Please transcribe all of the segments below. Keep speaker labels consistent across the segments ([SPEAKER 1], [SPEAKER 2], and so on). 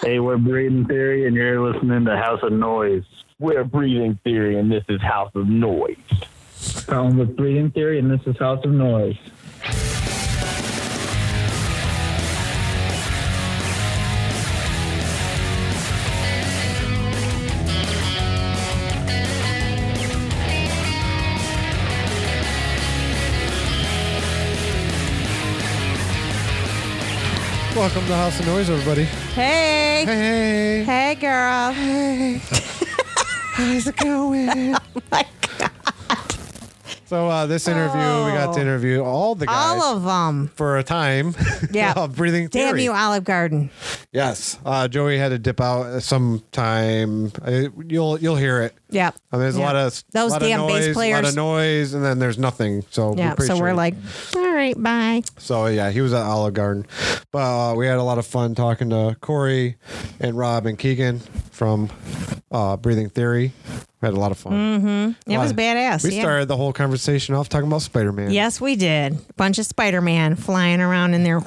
[SPEAKER 1] Hey, we're Breeding Theory, and you're listening to House of Noise.
[SPEAKER 2] We're Breathing Theory, and this is House of Noise.
[SPEAKER 3] Colin with Breeding Theory, and this is House of Noise.
[SPEAKER 4] Welcome to House of Noise, everybody.
[SPEAKER 5] Hey. Hey,
[SPEAKER 4] Hey, hey,
[SPEAKER 5] girl.
[SPEAKER 4] how's it going?
[SPEAKER 5] Like,
[SPEAKER 4] so uh, this interview, we got to
[SPEAKER 5] Oh.
[SPEAKER 4] interview all the guys
[SPEAKER 5] all of them.
[SPEAKER 4] for a time.
[SPEAKER 5] Yeah.
[SPEAKER 4] of breathing.
[SPEAKER 5] Damn
[SPEAKER 4] theory.
[SPEAKER 5] you, Olive Garden.
[SPEAKER 4] Yes, uh, Joey had to dip out sometime. I, you'll you'll hear it.
[SPEAKER 5] Yep.
[SPEAKER 4] I mean, Oh, there's a
[SPEAKER 5] Yep.
[SPEAKER 4] lot of
[SPEAKER 5] Those
[SPEAKER 4] lot
[SPEAKER 5] damn
[SPEAKER 4] of
[SPEAKER 5] bass
[SPEAKER 4] noise, a lot
[SPEAKER 5] players.
[SPEAKER 4] of noise, and then there's nothing. So
[SPEAKER 5] Yeah.
[SPEAKER 4] pretty
[SPEAKER 5] So
[SPEAKER 4] sure-
[SPEAKER 5] we're like, all right, bye.
[SPEAKER 4] so yeah, he was at Olive Garden, but uh, we had a lot of fun talking to Corey and Rob and Keegan from uh, Breathing Theory. We had a lot of
[SPEAKER 5] Mm.
[SPEAKER 4] fun.
[SPEAKER 5] It was badass.
[SPEAKER 4] We
[SPEAKER 5] yeah.
[SPEAKER 4] started the whole conversation off talking about Spider Man.
[SPEAKER 5] Yes, we did. Bunch of Spider Man flying around in there.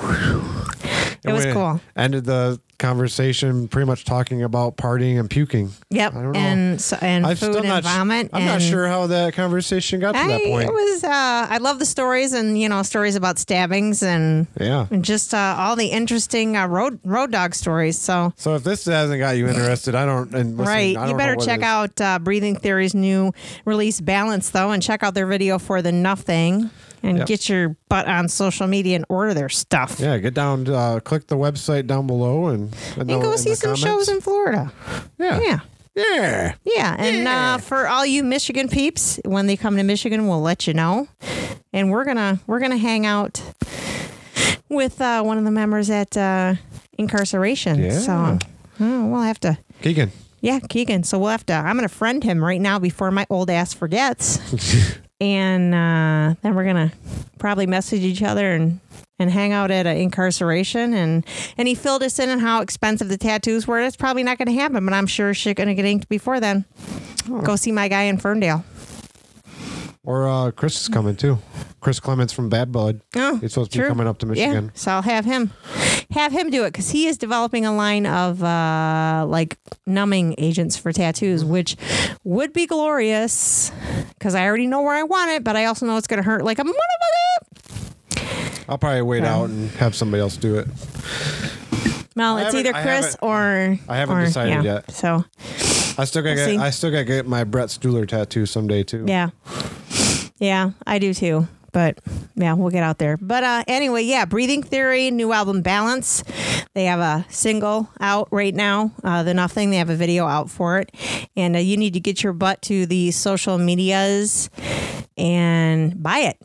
[SPEAKER 5] It was cool.
[SPEAKER 4] Ended the conversation pretty much talking about partying and puking.
[SPEAKER 5] Yep.
[SPEAKER 4] I don't know.
[SPEAKER 5] And so, and
[SPEAKER 4] I'm
[SPEAKER 5] food
[SPEAKER 4] still
[SPEAKER 5] and
[SPEAKER 4] not. sh-
[SPEAKER 5] vomit.
[SPEAKER 4] I'm not
[SPEAKER 5] and-
[SPEAKER 4] sure how that conversation got to
[SPEAKER 5] I
[SPEAKER 4] that point.
[SPEAKER 5] it was. Uh, I love the stories and you know stories about stabbings and
[SPEAKER 4] yeah.
[SPEAKER 5] and just uh, all the interesting uh, road road dog stories. So
[SPEAKER 4] So if this hasn't got you interested, I don't. And listen,
[SPEAKER 5] right,
[SPEAKER 4] I
[SPEAKER 5] you
[SPEAKER 4] don't know
[SPEAKER 5] better
[SPEAKER 4] what
[SPEAKER 5] check
[SPEAKER 4] it is.
[SPEAKER 5] out uh, Breathing Theory's new release, Balance, though, and check out their video for the Nothing, and
[SPEAKER 4] Yep.
[SPEAKER 5] get your butt on social media and order their stuff.
[SPEAKER 4] Yeah, get down. to, Uh, click the website down below and and,
[SPEAKER 5] And
[SPEAKER 4] the-
[SPEAKER 5] go
[SPEAKER 4] in
[SPEAKER 5] see
[SPEAKER 4] the
[SPEAKER 5] some
[SPEAKER 4] comments.
[SPEAKER 5] shows in Florida.
[SPEAKER 4] yeah.
[SPEAKER 5] Yeah.
[SPEAKER 4] Yeah.
[SPEAKER 5] Yeah, and Uh, for all you Michigan peeps, when they come to Michigan, we'll let you know. And we're gonna we're gonna hang out with uh, one of the members at uh, incarceration. So
[SPEAKER 4] Yeah.
[SPEAKER 5] oh, we'll have to.
[SPEAKER 4] Keegan.
[SPEAKER 5] Yeah, Keegan. So we'll have to. I'm gonna friend him right now before my old ass forgets. and uh, then we're gonna probably message each other and and hang out at uh, incarceration. And and he filled us in on how expensive the tattoos were. That's probably not gonna happen, but I'm sure shit gonna get inked before then. Go see my guy in Ferndale.
[SPEAKER 4] Or uh, Chris is coming too. Chris Clements from Bad Bud.
[SPEAKER 5] Oh,
[SPEAKER 4] He's supposed to
[SPEAKER 5] true.
[SPEAKER 4] be coming up to
[SPEAKER 5] Yeah,
[SPEAKER 4] Michigan.
[SPEAKER 5] so I'll have him have him do it because he is developing a line of uh, like numbing agents for tattoos, which would be glorious because I already know where I want it, but I also know it's gonna hurt like a motherfucker.
[SPEAKER 4] I'll probably wait
[SPEAKER 5] Yeah.
[SPEAKER 4] out and have somebody else do it.
[SPEAKER 5] Well,
[SPEAKER 4] I
[SPEAKER 5] it's
[SPEAKER 4] haven't-
[SPEAKER 5] either
[SPEAKER 4] I
[SPEAKER 5] Chris
[SPEAKER 4] haven't-
[SPEAKER 5] or
[SPEAKER 4] I haven't
[SPEAKER 5] or-
[SPEAKER 4] decided
[SPEAKER 5] yeah.
[SPEAKER 4] yet.
[SPEAKER 5] So
[SPEAKER 4] I still gotta
[SPEAKER 5] We'll
[SPEAKER 4] get
[SPEAKER 5] see.
[SPEAKER 4] I still gotta get my Brett Stuhler tattoo someday too.
[SPEAKER 5] yeah, yeah, I do too. But yeah, we'll get out there. But uh, anyway, yeah, Breathing Theory, new album Balance. They have a single out right now, uh, The Nothing. They have a video out for it. And uh, you need to get your butt to the social medias and buy it,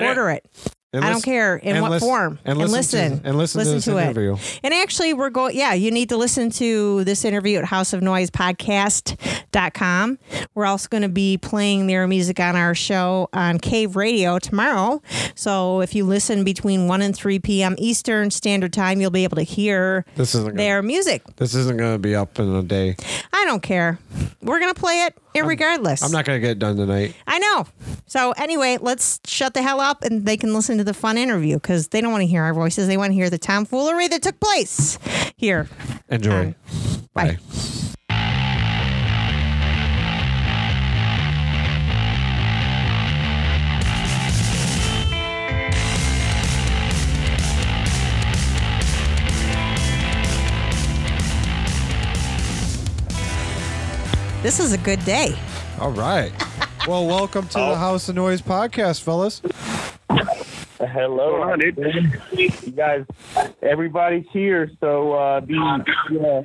[SPEAKER 5] order it.
[SPEAKER 4] And
[SPEAKER 5] I don't
[SPEAKER 4] lis-
[SPEAKER 5] care in
[SPEAKER 4] and
[SPEAKER 5] what
[SPEAKER 4] lis-
[SPEAKER 5] form.
[SPEAKER 4] And listen, to- and listen, to, this interview.
[SPEAKER 5] it. And actually, we're going, yeah, you need to listen to this interview at houseofnoisepodcast.com. We're also going to be playing their music on our show on Cave Radio tomorrow. So if you listen between 1 and 3 p.m. Eastern Standard Time, you'll be able to hear
[SPEAKER 4] This isn't gonna,
[SPEAKER 5] their music.
[SPEAKER 4] this isn't gonna be up in a day.
[SPEAKER 5] I don't care. We're going to play it regardless.
[SPEAKER 4] I'm not gonna get it done tonight.
[SPEAKER 5] I know. So anyway, let's shut the hell up and they can listen to the fun interview because they don't want to hear our voices. They want to hear the tomfoolery that took place here.
[SPEAKER 4] Enjoy.
[SPEAKER 5] Um, bye. This is a good day.
[SPEAKER 4] All right. Well, welcome to the House of Noise podcast, fellas.
[SPEAKER 2] Hello,
[SPEAKER 1] on, dude?
[SPEAKER 2] you guys. Everybody's here, so uh, be yeah,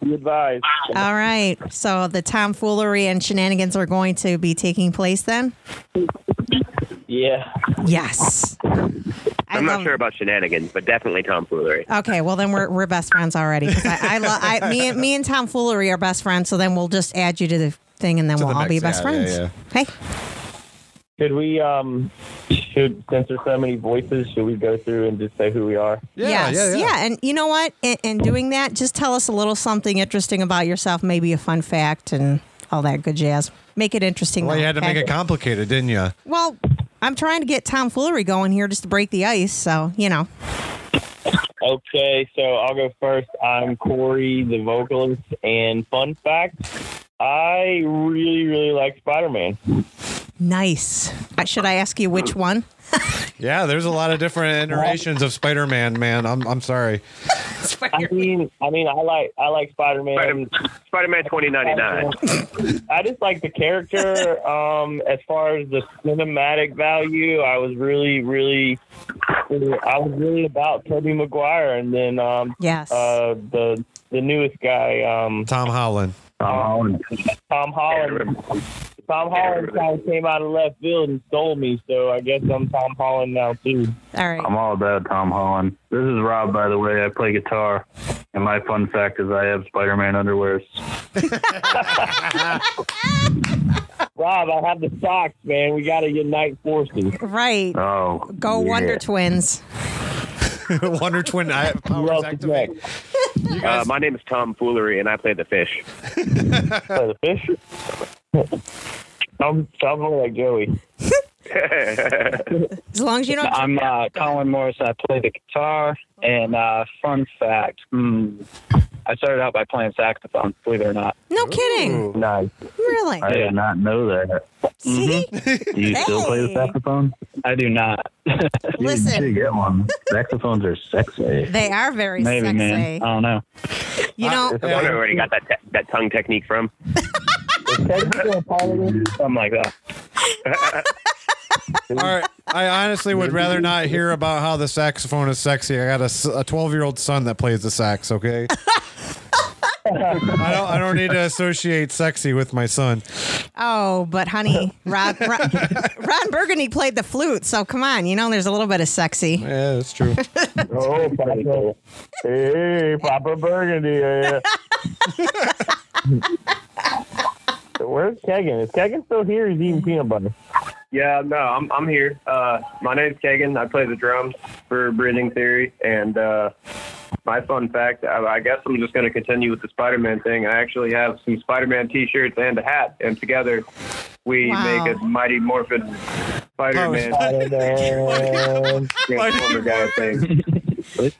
[SPEAKER 2] be advised.
[SPEAKER 5] All right. So the tomfoolery and shenanigans are going to be taking place then?
[SPEAKER 2] Yeah,
[SPEAKER 5] Yes. I
[SPEAKER 6] I'm not
[SPEAKER 5] love-
[SPEAKER 6] sure about shenanigans, but definitely tomfoolery.
[SPEAKER 5] Okay, well then we're we're best friends already. 'cause I, I, lo- I me and me and tomfoolery are best friends, so then we'll just add you to the thing, and then
[SPEAKER 4] To
[SPEAKER 5] we'll
[SPEAKER 4] the
[SPEAKER 5] all be
[SPEAKER 4] next-
[SPEAKER 5] best
[SPEAKER 4] yeah, yeah,
[SPEAKER 5] friends. Hey,
[SPEAKER 2] should we um should since there's so many voices, should we go through and just say who we are?
[SPEAKER 5] yes, and you know what? In, in doing that, just tell us a little something interesting about yourself, maybe a fun fact, and all that good jazz. Make it interesting.
[SPEAKER 4] Well,
[SPEAKER 5] though,
[SPEAKER 4] you had to make
[SPEAKER 5] okay?
[SPEAKER 4] it complicated, didn't you?
[SPEAKER 5] Well, I'm trying to get tomfoolery going here just to break the ice, so you know.
[SPEAKER 2] Okay, so I'll go first. I'm Corey, the vocalist, and fun fact: I really, really like Spider-Man.
[SPEAKER 5] Nice. Uh, Should I ask you which one?
[SPEAKER 4] Yeah, there's a lot of different iterations of Spider-Man. Man, I'm I'm sorry.
[SPEAKER 2] I mean, I mean, I like, I like Spider-Man.
[SPEAKER 6] Spider Man 2099.
[SPEAKER 2] I just like the character. Um, as far as the cinematic value, I was really, really, I was really about Tobey Maguire, and then um,
[SPEAKER 5] Yes.
[SPEAKER 2] uh, the the newest guy, um,
[SPEAKER 4] Tom Holland.
[SPEAKER 1] Holland.
[SPEAKER 2] Tom Holland. Tom Holland kind of came out of left field and stole me, so I guess I'm Tom Holland now too.
[SPEAKER 5] All right.
[SPEAKER 1] I'm all about Tom Holland. This is Rob, by the way. I play guitar, and my fun fact is I have Spider-Man underwear.
[SPEAKER 2] Rob, I have the socks, man. We got to unite forces.
[SPEAKER 5] Right.
[SPEAKER 1] Oh,
[SPEAKER 5] Go
[SPEAKER 1] yeah.
[SPEAKER 5] Wonder Twins.
[SPEAKER 4] Wonder Twin I- powers
[SPEAKER 2] Love
[SPEAKER 4] activate. You
[SPEAKER 6] Uh,
[SPEAKER 4] guys,
[SPEAKER 6] my name is Tom Foolery, and I play the fish.
[SPEAKER 2] Play the fish. I'm, I'm more like Joey.
[SPEAKER 5] As long as you don't.
[SPEAKER 7] I'm uh, Colin Morris. I play the guitar. And uh, fun fact, mm, I started out by playing saxophone. Believe it or not.
[SPEAKER 5] No kidding.
[SPEAKER 2] Nice.
[SPEAKER 5] Really?
[SPEAKER 1] I did not know that.
[SPEAKER 5] See?
[SPEAKER 1] Do you still play the
[SPEAKER 5] Hey.
[SPEAKER 1] saxophone?
[SPEAKER 7] I do not.
[SPEAKER 1] You
[SPEAKER 5] Listen.
[SPEAKER 1] should get one. Saxophones are sexy.
[SPEAKER 5] They are very
[SPEAKER 7] Maybe,
[SPEAKER 5] sexy.
[SPEAKER 7] man. I
[SPEAKER 1] Uh,
[SPEAKER 7] don't know.
[SPEAKER 5] You know,
[SPEAKER 6] I wonder where he got that, te- that tongue technique from.
[SPEAKER 7] Something like that.
[SPEAKER 4] all right. I honestly would rather not hear about how the saxophone is sexy. I got a s- a 12 year old son that plays the sax. Okay. I don't. I don't need to associate sexy with my son.
[SPEAKER 5] oh, but honey, Rod, Ron, Ron Burgundy played the flute, so come on. You know, there's a little bit of sexy.
[SPEAKER 4] Yeah, that's true.
[SPEAKER 2] Oh, Papa. Hey, Papa Burgundy. yeah, yeah. Where's Kegan? Is Kegan still here? He's eating peanut butter.
[SPEAKER 6] Yeah, no, I'm, I'm here. Uh, my name's Kagan. I play the drums for Breathing Theory. And uh, my fun fact I, I guess I'm just going to continue with the Spider Man thing. I actually have some Spider Man t shirts and a hat. And together, we
[SPEAKER 5] Wow.
[SPEAKER 6] make a mighty morphin Spider Man
[SPEAKER 4] Oh,
[SPEAKER 2] Spider-Man.
[SPEAKER 6] transformer guy thing.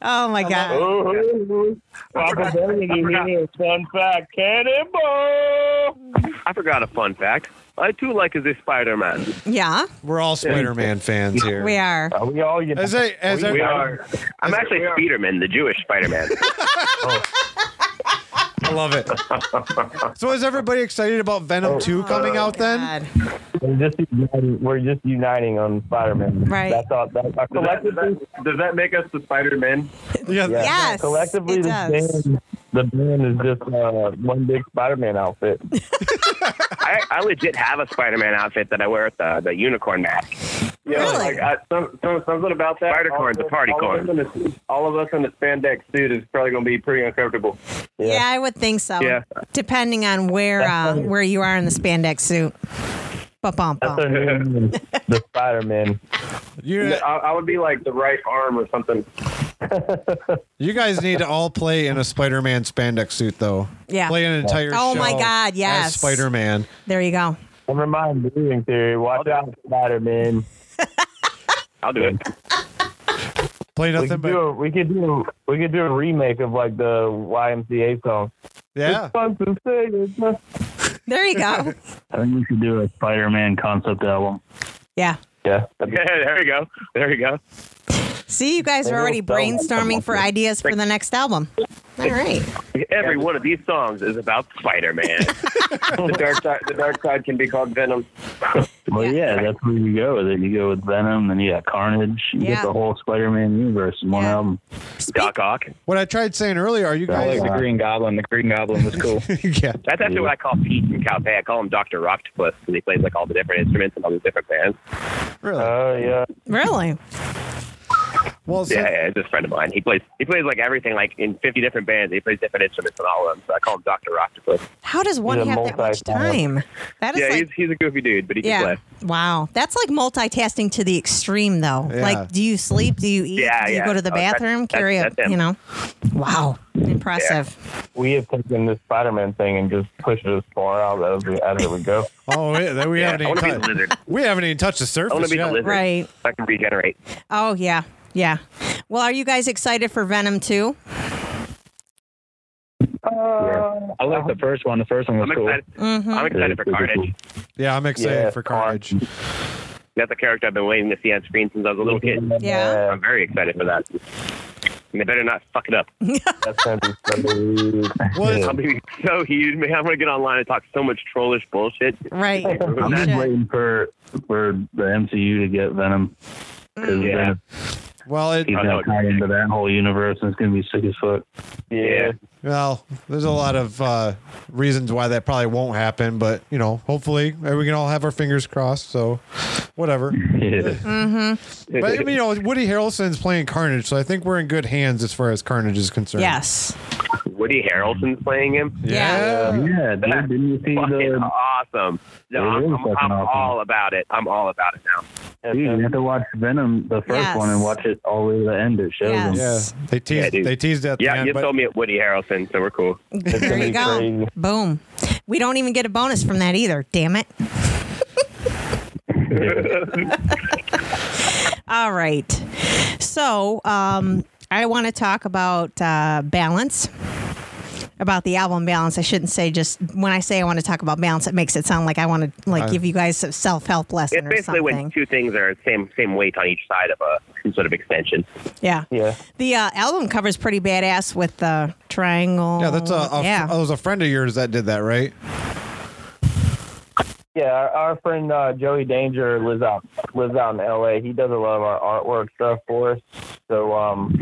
[SPEAKER 5] Oh, my God.
[SPEAKER 2] Oh, Papa Burgundy here. Fun fact, cannonball.
[SPEAKER 6] I forgot a fun fact. I too like is a Spider Man.
[SPEAKER 5] Yeah,
[SPEAKER 4] We're all Spider Man fans here.
[SPEAKER 5] we are.
[SPEAKER 2] Are we all
[SPEAKER 4] As
[SPEAKER 2] united?
[SPEAKER 4] I, as I,
[SPEAKER 6] We are. I'm actually Spiderman, the Jewish Spider Man.
[SPEAKER 4] I love it. So is everybody excited about Venom
[SPEAKER 6] Oh,
[SPEAKER 4] 2 coming out then?
[SPEAKER 5] Oh God.
[SPEAKER 2] We're just uniting, we're just uniting on Spider-Man.
[SPEAKER 5] Right.
[SPEAKER 2] That's all. That's our collective.
[SPEAKER 6] does that make us the Spider Men?
[SPEAKER 4] Yeah.
[SPEAKER 2] Yeah.
[SPEAKER 5] Yes,
[SPEAKER 2] Collectively,
[SPEAKER 5] it
[SPEAKER 2] the
[SPEAKER 5] does.
[SPEAKER 2] band, the band is just uh, one big Spider-Man outfit.
[SPEAKER 6] I, I legit have a Spider Man outfit that I wear with the, the unicorn mask.
[SPEAKER 5] Yeah, Really? like, I-
[SPEAKER 6] some, some, something about that. Spider corn, the party corn.
[SPEAKER 2] all of us in the spandex suit is probably going to be pretty uncomfortable.
[SPEAKER 5] Yeah. I would think so.
[SPEAKER 6] Yeah.
[SPEAKER 5] Depending on where uh, where you are in the spandex suit. Ba-bum-bum.
[SPEAKER 2] That's our new name, the Spider Man.
[SPEAKER 4] You,
[SPEAKER 6] I would be like the right arm or something.
[SPEAKER 4] you guys need to all play in a Spider Man spandex suit though.
[SPEAKER 5] Yeah.
[SPEAKER 4] Play an entire
[SPEAKER 5] Oh my God, yes.
[SPEAKER 4] Spider Man.
[SPEAKER 5] There you go.
[SPEAKER 2] Never mind breathing theory. Watch out, Spider Man.
[SPEAKER 6] I'll do it.
[SPEAKER 4] Play
[SPEAKER 2] We
[SPEAKER 4] nothing
[SPEAKER 2] could do
[SPEAKER 4] but
[SPEAKER 2] a, we could do we could do a remake of like the YMCA song.
[SPEAKER 4] Yeah.
[SPEAKER 2] Fun to say, it's not-
[SPEAKER 5] There you go.
[SPEAKER 1] I think we should do a Spider-Man concept album.
[SPEAKER 5] yeah.
[SPEAKER 2] Yeah, that'd be-
[SPEAKER 6] there we go. There we go.
[SPEAKER 5] See, you guys are already brainstorming for ideas for the next album. All right.
[SPEAKER 6] Every one of these songs is about Spider Man. the dark side. The dark side can be called Venom.
[SPEAKER 1] Well,
[SPEAKER 5] Yeah.
[SPEAKER 1] yeah. that's where you go with it. You go with Venom, then you got Carnage. You
[SPEAKER 5] Yeah.
[SPEAKER 1] get the whole Spider-Man universe in one
[SPEAKER 5] Yeah.
[SPEAKER 1] album.
[SPEAKER 6] Doc Ock.
[SPEAKER 4] What I tried saying earlier, are you
[SPEAKER 1] I
[SPEAKER 7] I
[SPEAKER 1] like
[SPEAKER 7] like
[SPEAKER 4] guys
[SPEAKER 1] that.
[SPEAKER 7] the Green Goblin. The Green Goblin was cool.
[SPEAKER 4] Yeah.
[SPEAKER 6] That's actually what I call Pete and Calpay. I call him Doctor Octopus because he plays like all the different instruments and all these different bands.
[SPEAKER 4] Really?
[SPEAKER 2] Oh
[SPEAKER 7] uh,
[SPEAKER 2] yeah.
[SPEAKER 5] Really?
[SPEAKER 4] well
[SPEAKER 6] Yeah,
[SPEAKER 4] since-
[SPEAKER 6] yeah, it's just a friend of mine. He plays he plays like everything, like in fifty different bands. He plays different instruments in all of them. So I call him Doctor Octopus.
[SPEAKER 5] How does one
[SPEAKER 2] He's a
[SPEAKER 5] have that much
[SPEAKER 2] multi-talent.
[SPEAKER 5] time? That is
[SPEAKER 6] Yeah,
[SPEAKER 5] like
[SPEAKER 6] he's he's a goofy dude, but he can
[SPEAKER 5] yeah.
[SPEAKER 6] play.
[SPEAKER 5] Wow. That's like multitasking to the extreme though.
[SPEAKER 4] Yeah.
[SPEAKER 5] Like do you sleep? Do you eat?
[SPEAKER 6] Yeah,
[SPEAKER 5] do you
[SPEAKER 6] yeah.
[SPEAKER 5] go to the
[SPEAKER 6] Oh, that's-
[SPEAKER 5] bathroom?
[SPEAKER 6] that's-
[SPEAKER 5] Carry
[SPEAKER 6] that's him.
[SPEAKER 5] a you know. Wow. Impressive.
[SPEAKER 2] We have taken this Spider Man thing and just pushed it as far out as we, as it would go.
[SPEAKER 4] oh yeah, that we
[SPEAKER 6] Yeah,
[SPEAKER 4] haven't
[SPEAKER 6] I
[SPEAKER 4] even
[SPEAKER 6] want to be the
[SPEAKER 4] touched
[SPEAKER 6] lizard.
[SPEAKER 4] we haven't even touched the surface
[SPEAKER 6] I want to be
[SPEAKER 4] yet.
[SPEAKER 6] the lizard.
[SPEAKER 5] Right.
[SPEAKER 6] I can regenerate.
[SPEAKER 5] Oh yeah. Yeah. Well, are you guys excited for Venom 2?
[SPEAKER 7] I like the first one. The first one was
[SPEAKER 8] I'm
[SPEAKER 7] cool.
[SPEAKER 8] excited.
[SPEAKER 5] Mm-hmm.
[SPEAKER 8] I'm excited for
[SPEAKER 1] Yeah, it's
[SPEAKER 8] Carnage.
[SPEAKER 4] Yeah, I'm excited
[SPEAKER 2] Yeah,
[SPEAKER 4] for Carnage.
[SPEAKER 8] That's a character I've been waiting to see on screen since I was a
[SPEAKER 6] Mm-hmm.
[SPEAKER 8] little kid.
[SPEAKER 5] Yeah.
[SPEAKER 8] I'm very excited for that. And they better not fuck it up.
[SPEAKER 2] That's gonna be something.
[SPEAKER 4] What?
[SPEAKER 8] I'm gonna be so heated, man. I'm gonna get online and talk so much trollish bullshit.
[SPEAKER 5] Right.
[SPEAKER 1] I'm just
[SPEAKER 5] Shit.
[SPEAKER 1] waiting for for the MCU to get Venom because
[SPEAKER 5] Mm.
[SPEAKER 8] Yeah.
[SPEAKER 4] Well, it,
[SPEAKER 1] he's
[SPEAKER 8] I know
[SPEAKER 1] now
[SPEAKER 8] it.
[SPEAKER 1] tied into that whole universe, and it's gonna be sick as fuck.
[SPEAKER 8] Yeah.
[SPEAKER 4] well, there's a lot of uh, reasons why that probably won't happen, but you know, hopefully eh, we can all have our fingers crossed. So, whatever.
[SPEAKER 5] Mm-hmm.
[SPEAKER 1] Yeah.
[SPEAKER 4] But I mean, you know, Woody Harrelson's playing Carnage, so I think we're in good hands as far as Carnage is concerned.
[SPEAKER 5] Yes.
[SPEAKER 8] Woody Harrelson's playing him.
[SPEAKER 4] Yeah.
[SPEAKER 1] Yeah, dude,
[SPEAKER 8] That's
[SPEAKER 1] didn't you see
[SPEAKER 8] Fucking
[SPEAKER 2] uh,
[SPEAKER 1] the?
[SPEAKER 8] awesome. No,
[SPEAKER 1] It
[SPEAKER 8] I'm,
[SPEAKER 1] is
[SPEAKER 8] I'm-
[SPEAKER 1] fucking
[SPEAKER 8] I'm
[SPEAKER 1] awesome.
[SPEAKER 8] all about it. I'm all about it now.
[SPEAKER 1] Dude, you have to watch Venom, the first
[SPEAKER 5] Yes.
[SPEAKER 1] one, and watch it all the way to the end. It shows
[SPEAKER 5] Yes.
[SPEAKER 1] them.
[SPEAKER 4] Yeah. They teased.
[SPEAKER 8] dude.
[SPEAKER 4] they teased at the
[SPEAKER 8] Yeah,
[SPEAKER 4] end,
[SPEAKER 8] you
[SPEAKER 4] but-
[SPEAKER 8] told me it Woody Harrelson, so we're cool.
[SPEAKER 5] There you go.
[SPEAKER 2] crazy.
[SPEAKER 5] Boom. We don't even get a bonus from that either. Damn it. All right. So um, I want to talk about uh, balance. About the album balance, I shouldn't say just when I say I want to talk about balance, it makes it sound like I want to like
[SPEAKER 4] Uh,
[SPEAKER 5] give you guys a self help lesson
[SPEAKER 8] It's
[SPEAKER 5] or
[SPEAKER 8] basically when
[SPEAKER 5] something.
[SPEAKER 8] two things are same same weight on each side of a some sort of extension.
[SPEAKER 5] yeah,
[SPEAKER 2] Yeah.
[SPEAKER 5] the uh, album cover's pretty badass with the triangle.
[SPEAKER 4] Yeah, that's a, a
[SPEAKER 5] yeah.
[SPEAKER 4] that was a friend of yours that did that, right?
[SPEAKER 2] Yeah, our, our friend uh, Joey Danger lives out lives out in L.A. He does a lot of our artwork stuff for us. So um,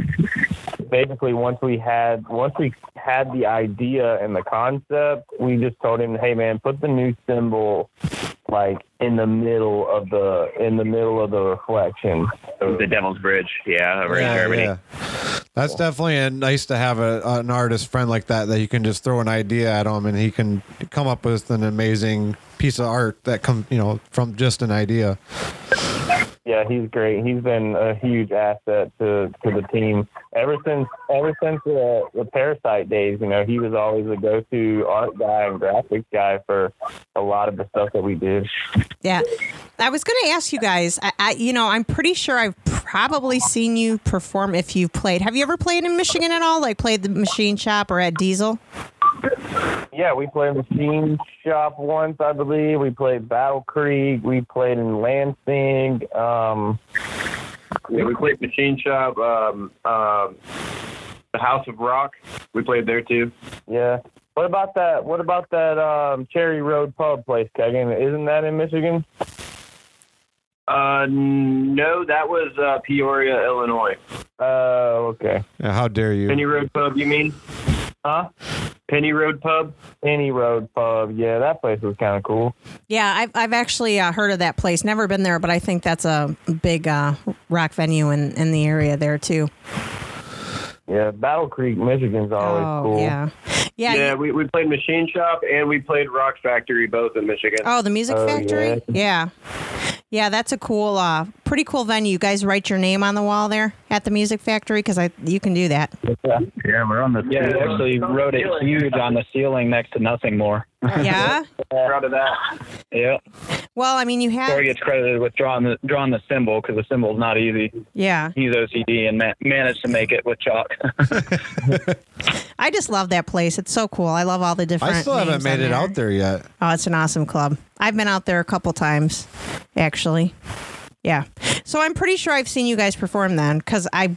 [SPEAKER 2] basically, once we had once we had the idea and the concept, we just told him, "Hey, man, put the new symbol like in the middle of the in the middle of the reflection."
[SPEAKER 8] The Devil's Bridge, yeah, over in Germany.
[SPEAKER 4] That's definitely a, nice to have a, an artist friend like that that you can just throw an idea at him and he can come up with an amazing piece of art that come you know from just an idea.
[SPEAKER 2] Yeah, he's great. He's been a huge asset to, to the team ever since ever since the, the Parasite days. You know, he was always the go-to art guy and graphics guy for a lot of the stuff that we did.
[SPEAKER 5] Yeah. I was going to ask you guys, I, I, you know, I'm pretty sure I've probably seen you perform if you've played. Have you ever played in Michigan at all? Like played the machine shop or at Diesel?
[SPEAKER 2] Yeah, we played Machine Shop once, I believe. We played Battle Creek. We played in Lansing. Um,
[SPEAKER 6] Yeah, we played Machine Shop, um, um, the House of Rock. We played there too.
[SPEAKER 2] yeah. What about that? What about that um, Cherry Road Pub place, Kegan? Isn't that in Michigan?
[SPEAKER 6] Uh, no, that was uh, Peoria, Illinois.
[SPEAKER 2] Oh, okay.
[SPEAKER 4] Yeah, how dare
[SPEAKER 6] Penny
[SPEAKER 4] you?
[SPEAKER 6] Road Pub, you mean?
[SPEAKER 2] Huh?
[SPEAKER 6] Penny Road Pub.
[SPEAKER 2] Any Road Pub. Yeah, that place was kind of cool.
[SPEAKER 5] Yeah, I've, I've actually uh, heard of that place. Never been there, but I think that's a big uh, rock venue in, in the area there, too.
[SPEAKER 2] Yeah, Battle Creek, Michigan's always cool.
[SPEAKER 5] Oh, yeah. Yeah.
[SPEAKER 6] Yeah,
[SPEAKER 5] you-
[SPEAKER 6] we, we played Machine Shop and we played Rock Factory both in Michigan.
[SPEAKER 5] Oh, the Music
[SPEAKER 2] Oh,
[SPEAKER 5] Factory? Yeah. Yeah, that's a cool, uh, pretty cool venue. You guys write your name on the wall there at the Music Factory because you can do that.
[SPEAKER 1] Yeah, we're on the.
[SPEAKER 7] Yeah,
[SPEAKER 1] same
[SPEAKER 7] we
[SPEAKER 1] one.
[SPEAKER 7] actually wrote it huge on the ceiling next to nothing more.
[SPEAKER 5] Yeah.
[SPEAKER 6] Proud of that.
[SPEAKER 7] Yeah.
[SPEAKER 5] Well, I mean, you have.
[SPEAKER 7] Corey gets credited with drawing the drawing the symbol because the symbol's not easy.
[SPEAKER 5] Yeah.
[SPEAKER 7] He's OCD and ma- managed to make it with chalk.
[SPEAKER 5] I just love that place. It's so cool. I love all the different.
[SPEAKER 4] I still haven't
[SPEAKER 5] names
[SPEAKER 4] made
[SPEAKER 5] on
[SPEAKER 4] it out there yet.
[SPEAKER 5] Oh, it's an awesome club. I've been out there a couple times, actually. Yeah, so I'm pretty sure I've seen you guys perform then, because I,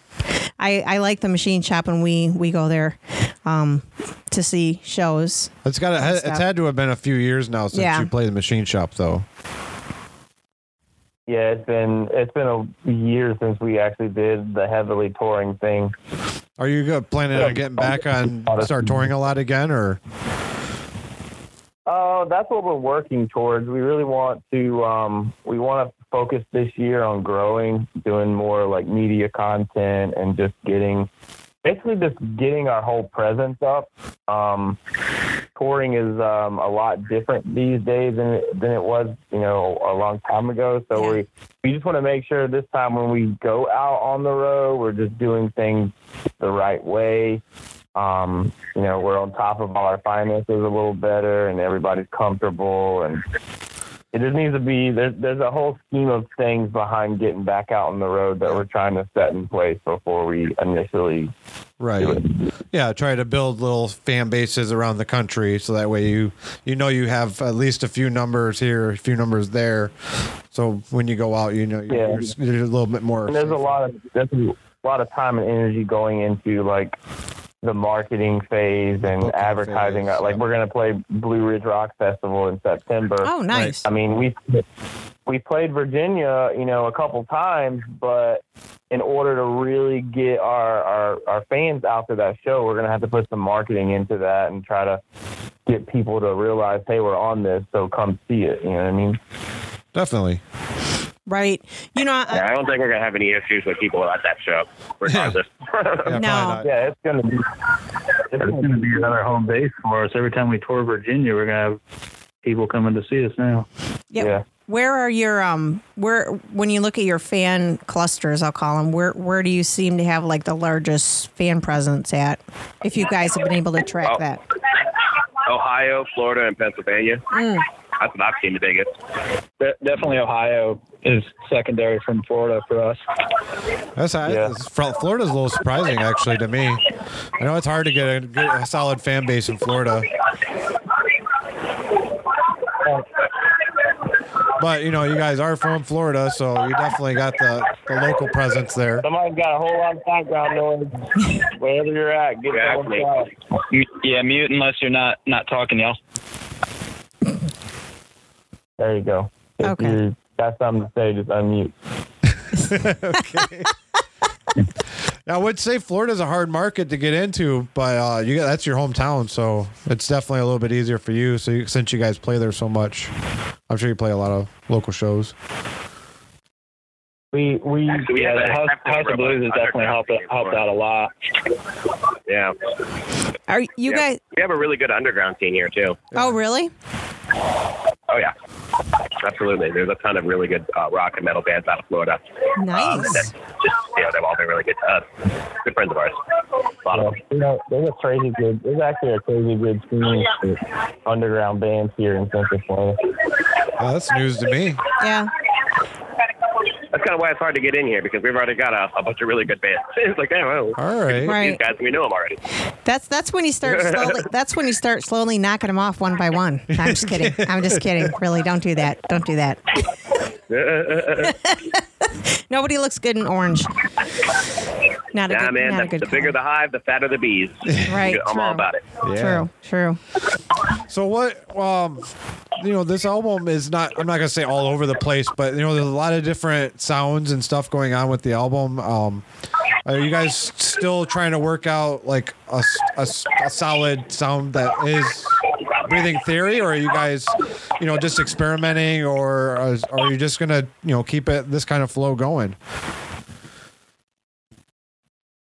[SPEAKER 5] I, I like the Machine Shop, and we we go there, um, to see shows.
[SPEAKER 4] It's got to, it's
[SPEAKER 5] stuff.
[SPEAKER 4] had to have been a few years now since
[SPEAKER 5] Yeah.
[SPEAKER 4] you played the machine shop though.
[SPEAKER 2] Yeah, it's been it's been a year since we actually did the heavily touring thing.
[SPEAKER 4] Are you go- planning on getting back on start touring a lot again or
[SPEAKER 2] Oh, that's what we're working towards. We really want to um, we want to focus this year on growing, doing more like media content, and just getting basically just getting our whole presence up. Um, touring is um, a lot different these days than it, than it was, you know, a long time ago. So
[SPEAKER 5] Yeah.
[SPEAKER 2] we we just want to make sure this time when we go out on the road, we're just doing things the right way. Um, you know, we're on top of all our finances a little better, and everybody's comfortable, and it just needs to be there's there's a whole scheme of things behind getting back out on the road that we're trying to set in place before we initially do
[SPEAKER 4] Right.
[SPEAKER 2] it.
[SPEAKER 4] Yeah, try to build little fan bases around the country so that way you you know you have at least a few numbers here, a few numbers there. So when you go out, you know you're,
[SPEAKER 2] Yeah.
[SPEAKER 4] you're, s- you're a little bit more.
[SPEAKER 2] And there's a lot of there's a lot of time and energy going into like the marketing phase and
[SPEAKER 4] Booking
[SPEAKER 2] advertising.
[SPEAKER 4] phase,
[SPEAKER 2] like
[SPEAKER 4] yeah.
[SPEAKER 2] we're gonna play Blue Ridge Rock Festival in September.
[SPEAKER 5] Oh, nice.
[SPEAKER 2] I mean, we we played Virginia, you know, a couple times, but in order to really get our our, our fans out to that show, we're gonna have to put some marketing into that and try to get people to realize, hey, we're on this, so come see it. You know what I mean?
[SPEAKER 4] Definitely.
[SPEAKER 5] Right. You know, I,
[SPEAKER 8] Yeah, I don't think we're gonna have any issues with people at that show, regardless.
[SPEAKER 4] Yeah,
[SPEAKER 5] No.
[SPEAKER 4] probably not.
[SPEAKER 2] Yeah, it's gonna be. It's
[SPEAKER 1] It's
[SPEAKER 2] gonna
[SPEAKER 1] going to be another home base for us. Every time we tour Virginia, we're going to have people coming to see us now.
[SPEAKER 5] yeah.
[SPEAKER 2] yeah.
[SPEAKER 5] Where are your um? Where when you look at your fan clusters, I'll call them. Where where do you seem to have like the largest fan presence at? If you guys have been able to track
[SPEAKER 8] Oh.
[SPEAKER 5] that.
[SPEAKER 8] Ohio, Florida, and Pennsylvania. That's what I've seen the biggest.
[SPEAKER 7] De- definitely Ohio is secondary from Florida for us.
[SPEAKER 4] That's I,
[SPEAKER 2] Yeah.
[SPEAKER 4] it's- Fro- Florida's a little surprising actually to me. I know it's hard to get a, good, a solid fan base in Florida, but you know you guys are from Florida, so you definitely got the, the local presence there.
[SPEAKER 2] Somebody's got a whole lot of background noise. Wherever you're at, get
[SPEAKER 8] Exactly.
[SPEAKER 2] someone out.
[SPEAKER 7] You, yeah, mute unless you're not not talking, y'all.
[SPEAKER 2] There you go. If
[SPEAKER 5] Okay.
[SPEAKER 2] you got something to say, just unmute.
[SPEAKER 4] I would say Florida's a hard market to get into, but uh, you got, that's your hometown, so it's definitely a little bit easier for you. So you, since you guys play there so much, I'm sure you play a lot of local shows.
[SPEAKER 2] We we
[SPEAKER 8] Do we
[SPEAKER 7] Yeah,
[SPEAKER 8] have
[SPEAKER 7] the
[SPEAKER 8] a-
[SPEAKER 7] House, House of Blues has definitely helped helped out a lot.
[SPEAKER 8] Yeah,
[SPEAKER 5] Are you
[SPEAKER 8] Yeah.
[SPEAKER 5] guys?
[SPEAKER 8] we have a really good underground scene here too.
[SPEAKER 5] Oh, really?
[SPEAKER 8] Oh yeah, absolutely. There's a ton of really good uh, rock and metal bands out of Florida. Um, and
[SPEAKER 5] Nice.
[SPEAKER 8] that's just you know they've all been really good to us, good friends of ours. A lot of them.
[SPEAKER 2] you know, there's a crazy good there's actually a crazy good scene for underground bands here in Central Florida.
[SPEAKER 4] Uh, that's news to me.
[SPEAKER 5] Yeah.
[SPEAKER 8] That's kind of why it's hard to get in here because we've already got a, a bunch of really good bands. it's like, hey, well,
[SPEAKER 4] All right.
[SPEAKER 8] these
[SPEAKER 5] Right.
[SPEAKER 8] guys we know them already.
[SPEAKER 5] That's that's when you start slowly. That's when you start slowly knocking them off one by one. No, I'm just kidding. I'm just kidding. Really, don't do that. Don't do that. Nobody looks good in orange. Not a
[SPEAKER 8] Nah,
[SPEAKER 5] good.
[SPEAKER 8] man,
[SPEAKER 5] not a
[SPEAKER 8] the,
[SPEAKER 5] good
[SPEAKER 8] the bigger the
[SPEAKER 5] color.
[SPEAKER 8] hive, the fatter the bees.
[SPEAKER 5] Right,
[SPEAKER 8] I'm all
[SPEAKER 5] true.
[SPEAKER 8] about it.
[SPEAKER 4] Yeah.
[SPEAKER 5] True. True.
[SPEAKER 4] So what um you know, this album is not I'm not gonna say all over the place, but you know, there's a lot of different sounds and stuff going on with the album. Um are you guys still trying to work out like a, s- a s- a solid sound that is breathing theory or are you guys you know just experimenting or are, are you just gonna you know keep it this kind of flow going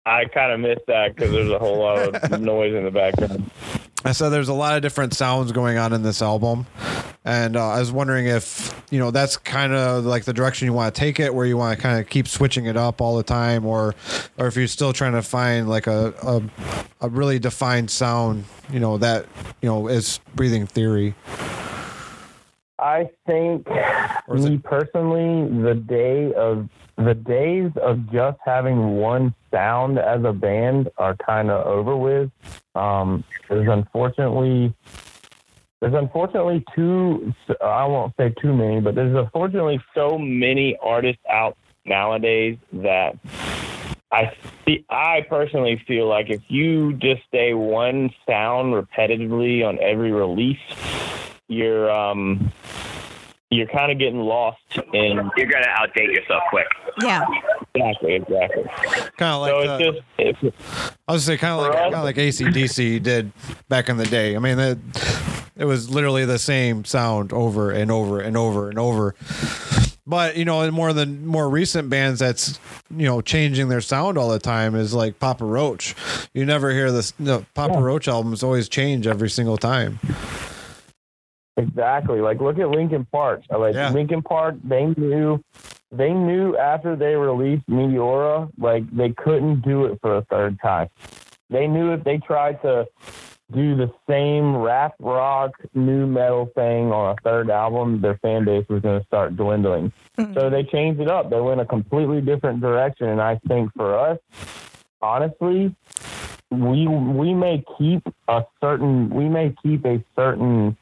[SPEAKER 2] I kind of missed that because there's a whole lot of noise in the background.
[SPEAKER 4] I said there's a lot of different sounds going on in this album, and uh, I was wondering if you know that's kind of like the direction you want to take it, where you want to kind of keep switching it up all the time, or or if you're still trying to find like a a, a really defined sound, you know that you know is breathing theory.
[SPEAKER 2] I think
[SPEAKER 4] Or is
[SPEAKER 2] me
[SPEAKER 4] it-
[SPEAKER 2] personally, the day of the days of just having one sound as a band are kind of over with. Um, there's unfortunately there's unfortunately too I won't say too many, but there's unfortunately so many artists out nowadays that I see, I personally feel like if you just say one sound repetitively on every release, you're um you're kind of getting lost in
[SPEAKER 8] You're gonna outdate yourself quick.
[SPEAKER 5] Yeah.
[SPEAKER 2] exactly exactly.
[SPEAKER 4] Kind of like
[SPEAKER 2] so
[SPEAKER 4] the-
[SPEAKER 2] it's just it's,
[SPEAKER 4] I was gonna say kind of like
[SPEAKER 2] For us-
[SPEAKER 4] kind of like ACDC did back in the day. I mean, it, it was literally the same sound over and over and over and over. But you know, in more than more recent bands, that's you know changing their sound all the time is like Papa Roach. You never hear this. No, Papa Roach albums always change every single time.
[SPEAKER 2] exactly like look at Lincoln Park. Like
[SPEAKER 4] Yeah.
[SPEAKER 2] Lincoln Park, they knew they knew after they released Meteora, like they couldn't do it for a third time. They knew if they tried to do the same rap rock new metal thing on a third album, their fan base was going to start dwindling. So they changed it up. They went a completely different direction, and I think for us, honestly, we we may keep a certain we may keep a certain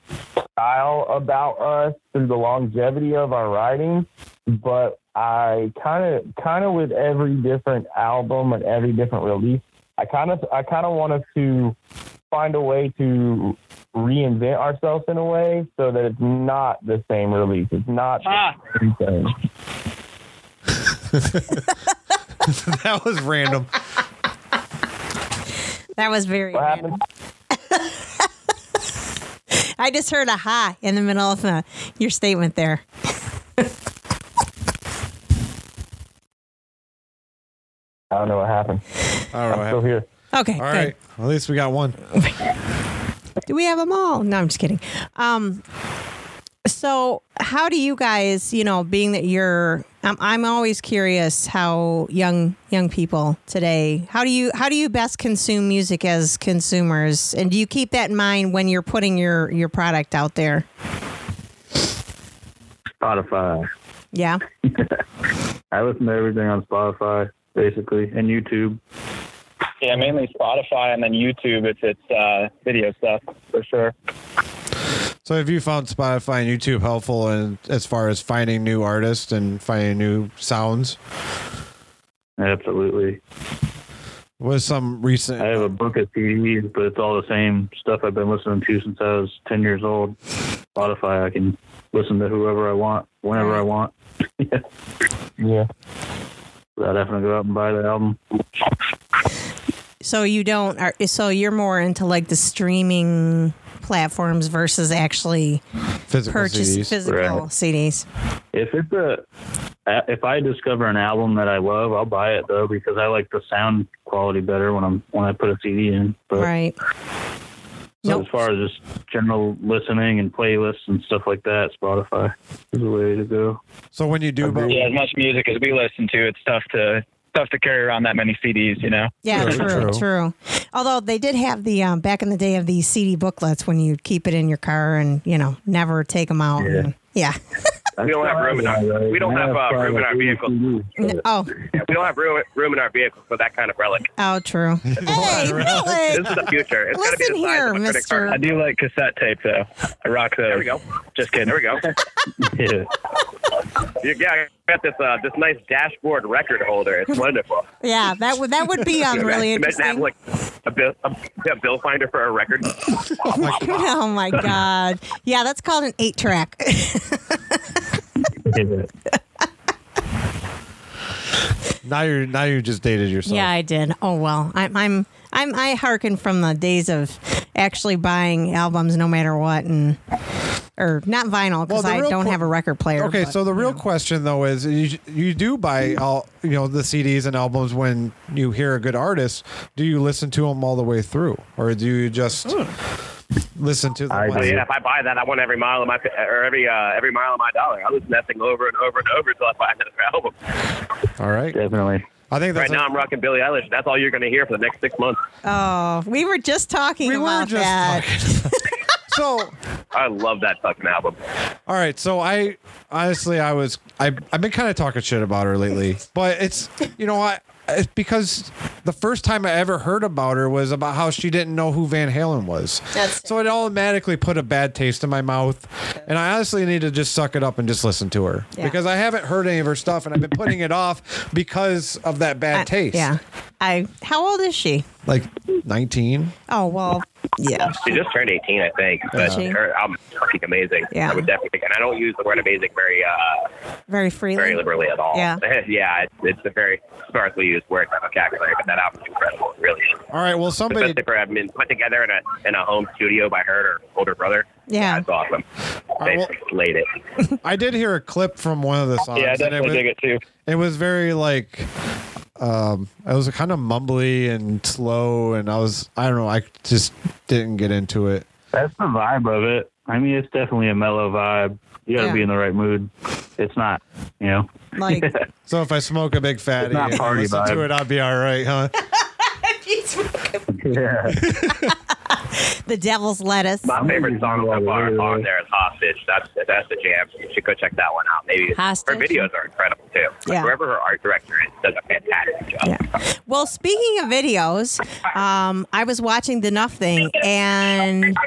[SPEAKER 2] style about us through the longevity of our writing, but I kind of kind of with every different album and every different release, I kind of I kind of want us to find a way to reinvent ourselves in a way so that it's not the same release. It's not the same thing.
[SPEAKER 4] that was random.
[SPEAKER 5] That was very. random. I just heard a ha in the middle of uh, your statement there.
[SPEAKER 2] I don't know what happened.
[SPEAKER 4] I don't know.
[SPEAKER 2] I'm still here.
[SPEAKER 5] Okay.
[SPEAKER 4] All
[SPEAKER 5] good.
[SPEAKER 4] right. At least we got one.
[SPEAKER 5] Do we have them all? No, I'm just kidding. Um, so how do you guys, you know, being that you're, I'm, I'm always curious how young young people today, how do you how do you best consume music as consumers, and do you keep that in mind when you're putting your your product out there?
[SPEAKER 1] Spotify.
[SPEAKER 5] Yeah.
[SPEAKER 1] I listen to everything on Spotify, basically, and YouTube.
[SPEAKER 7] Yeah, mainly Spotify and then YouTube. It's it's uh, video stuff for sure.
[SPEAKER 4] So have you found Spotify and YouTube helpful in as far as finding new artists and finding new sounds?
[SPEAKER 1] Absolutely.
[SPEAKER 4] Was some recent uh,
[SPEAKER 1] I have a book of CDs, but it's all the same stuff I've been listening to since I was 10 years old. Spotify, I can listen to whoever I want, whenever I want,
[SPEAKER 2] Yeah.
[SPEAKER 1] without having to go out and buy the album.
[SPEAKER 5] So you don't are so you're more into like the streaming platforms versus actually
[SPEAKER 4] physical
[SPEAKER 5] purchase
[SPEAKER 4] CDs?
[SPEAKER 5] physical
[SPEAKER 1] Right.
[SPEAKER 5] CDs.
[SPEAKER 1] If it's a, if I discover an album that I love, I'll buy it though because I like the sound quality better when I'm when I put a CD in. But
[SPEAKER 5] Right.
[SPEAKER 1] so
[SPEAKER 5] Nope.
[SPEAKER 1] as far as just general listening and playlists and stuff like that, Spotify is the way to go.
[SPEAKER 4] so when you do, but
[SPEAKER 7] Yeah, as much music as we listen to, it's tough to tough to carry around that many CDs. You know.
[SPEAKER 5] Yeah,
[SPEAKER 4] True,
[SPEAKER 5] true,
[SPEAKER 4] true.
[SPEAKER 5] true, Although they did have the um, back in the day of the CD booklets when you'd keep it in your car and you know never take them out. Yeah. And, yeah.
[SPEAKER 1] I
[SPEAKER 8] We don't have
[SPEAKER 1] still
[SPEAKER 8] room in our-
[SPEAKER 1] one of those.
[SPEAKER 8] we don't
[SPEAKER 1] I
[SPEAKER 8] have, uh,
[SPEAKER 1] probably
[SPEAKER 8] room in
[SPEAKER 1] like
[SPEAKER 8] our
[SPEAKER 1] 80
[SPEAKER 8] vehicle.
[SPEAKER 1] CDs, but-
[SPEAKER 5] Oh,
[SPEAKER 8] Yeah, we don't have room, room in our vehicle for that kind of relic.
[SPEAKER 5] oh, true. hey,
[SPEAKER 8] This
[SPEAKER 5] really?
[SPEAKER 8] is the future. It's gotta be
[SPEAKER 5] Listen
[SPEAKER 8] the size
[SPEAKER 5] here,
[SPEAKER 8] of a credit
[SPEAKER 5] mister.
[SPEAKER 7] I
[SPEAKER 8] card.
[SPEAKER 7] do like cassette tape though. I rock those.
[SPEAKER 8] There we go.
[SPEAKER 7] Just kidding.
[SPEAKER 8] There we go.
[SPEAKER 1] Yeah.
[SPEAKER 8] You- yeah, I got this uh, this nice dashboard record holder. It's wonderful.
[SPEAKER 5] Yeah, that would that would be um, really
[SPEAKER 8] Imagine having
[SPEAKER 5] interesting.
[SPEAKER 8] like a bill a, a bill finder for a record.
[SPEAKER 5] Oh my god. Yeah, that's called an eight track.
[SPEAKER 4] now you're now you just dated yourself.
[SPEAKER 5] Yeah, I did. Oh well, I'm I'm I'm I hearken from the days of actually buying albums no matter what and or not vinyl
[SPEAKER 4] Well,
[SPEAKER 5] because
[SPEAKER 4] the
[SPEAKER 5] I
[SPEAKER 4] real
[SPEAKER 5] don't
[SPEAKER 4] que-
[SPEAKER 5] have a record player.
[SPEAKER 4] Okay,
[SPEAKER 5] but-
[SPEAKER 4] so the real question though is you you do buy all you know the CDs and albums when you hear a good artist. Do you listen to them all the way through, or do you just listen to the
[SPEAKER 1] I
[SPEAKER 8] Oh,
[SPEAKER 4] ones?
[SPEAKER 1] do.
[SPEAKER 8] yeah, if I buy that, I want every mile of my or every uh, every mile of my dollar. I listen to that thing over and over and over until I buy another album.
[SPEAKER 4] All right,
[SPEAKER 1] Definitely.
[SPEAKER 4] I think that's
[SPEAKER 8] Right now, I'm rocking Billie Eilish. That's all you're going to hear for the next six months.
[SPEAKER 5] Oh, we were just talking
[SPEAKER 4] we
[SPEAKER 5] about
[SPEAKER 4] were just
[SPEAKER 5] that.
[SPEAKER 4] talking. so
[SPEAKER 8] I love that fucking album.
[SPEAKER 4] All right, so I honestly I was I I've been kind of talking shit about her lately, but it's you know I it's because the first time I ever heard about her was about how she didn't know who Van Halen was.
[SPEAKER 5] That's-
[SPEAKER 4] so it automatically put a bad taste in my mouth, and I honestly need to just suck it up and just listen to her
[SPEAKER 5] Yeah.
[SPEAKER 4] because I haven't heard any of her stuff and I've been putting it off because of that bad
[SPEAKER 5] I-
[SPEAKER 4] taste.
[SPEAKER 5] Uh, Yeah. I. How old is she?
[SPEAKER 4] like nineteen.
[SPEAKER 5] Oh well. Yeah.
[SPEAKER 8] She just turned 18, I think. But
[SPEAKER 5] She-
[SPEAKER 8] her album is fucking amazing.
[SPEAKER 5] Yeah.
[SPEAKER 8] I would definitely. And I don't use the word amazing very uh,
[SPEAKER 5] Very freely.
[SPEAKER 8] very liberally at all.
[SPEAKER 5] Yeah.
[SPEAKER 8] yeah. It's, it's a very sparsely used word in my vocabulary, but that album's incredible. It really is.
[SPEAKER 4] All right, well somebody
[SPEAKER 8] Especially for having been put together in a in a home studio by her and her older brother.
[SPEAKER 5] Yeah.
[SPEAKER 8] That's awesome. They
[SPEAKER 4] well-
[SPEAKER 8] slayed it.
[SPEAKER 4] I did hear a clip from one of the songs.
[SPEAKER 7] Yeah, I
[SPEAKER 4] and it
[SPEAKER 7] definitely
[SPEAKER 4] was-
[SPEAKER 7] dig it too.
[SPEAKER 4] it was very like um it was kind of mumbly and slow and i was i don't know i just didn't get into it
[SPEAKER 1] That's the vibe of it. I mean, it's definitely a mellow vibe. You got to
[SPEAKER 5] Yeah.
[SPEAKER 1] be in the right mood. It's not, you know.
[SPEAKER 5] Like
[SPEAKER 4] so if i smoke a big fatty
[SPEAKER 1] not
[SPEAKER 4] and I
[SPEAKER 1] party
[SPEAKER 4] listen to
[SPEAKER 1] vibe.
[SPEAKER 4] it i'll be all right huh
[SPEAKER 1] Yeah.
[SPEAKER 5] the Devil's Lettuce.
[SPEAKER 8] My favorite song so far on there is Hostage. That's that's the jam. You should go check that one out. Maybe
[SPEAKER 5] Hostage.
[SPEAKER 8] her videos are incredible too. Like,
[SPEAKER 5] Yeah.
[SPEAKER 8] Whoever her art director is does a fantastic job.
[SPEAKER 5] Well, speaking of videos, um, I was watching the Nuff thing, and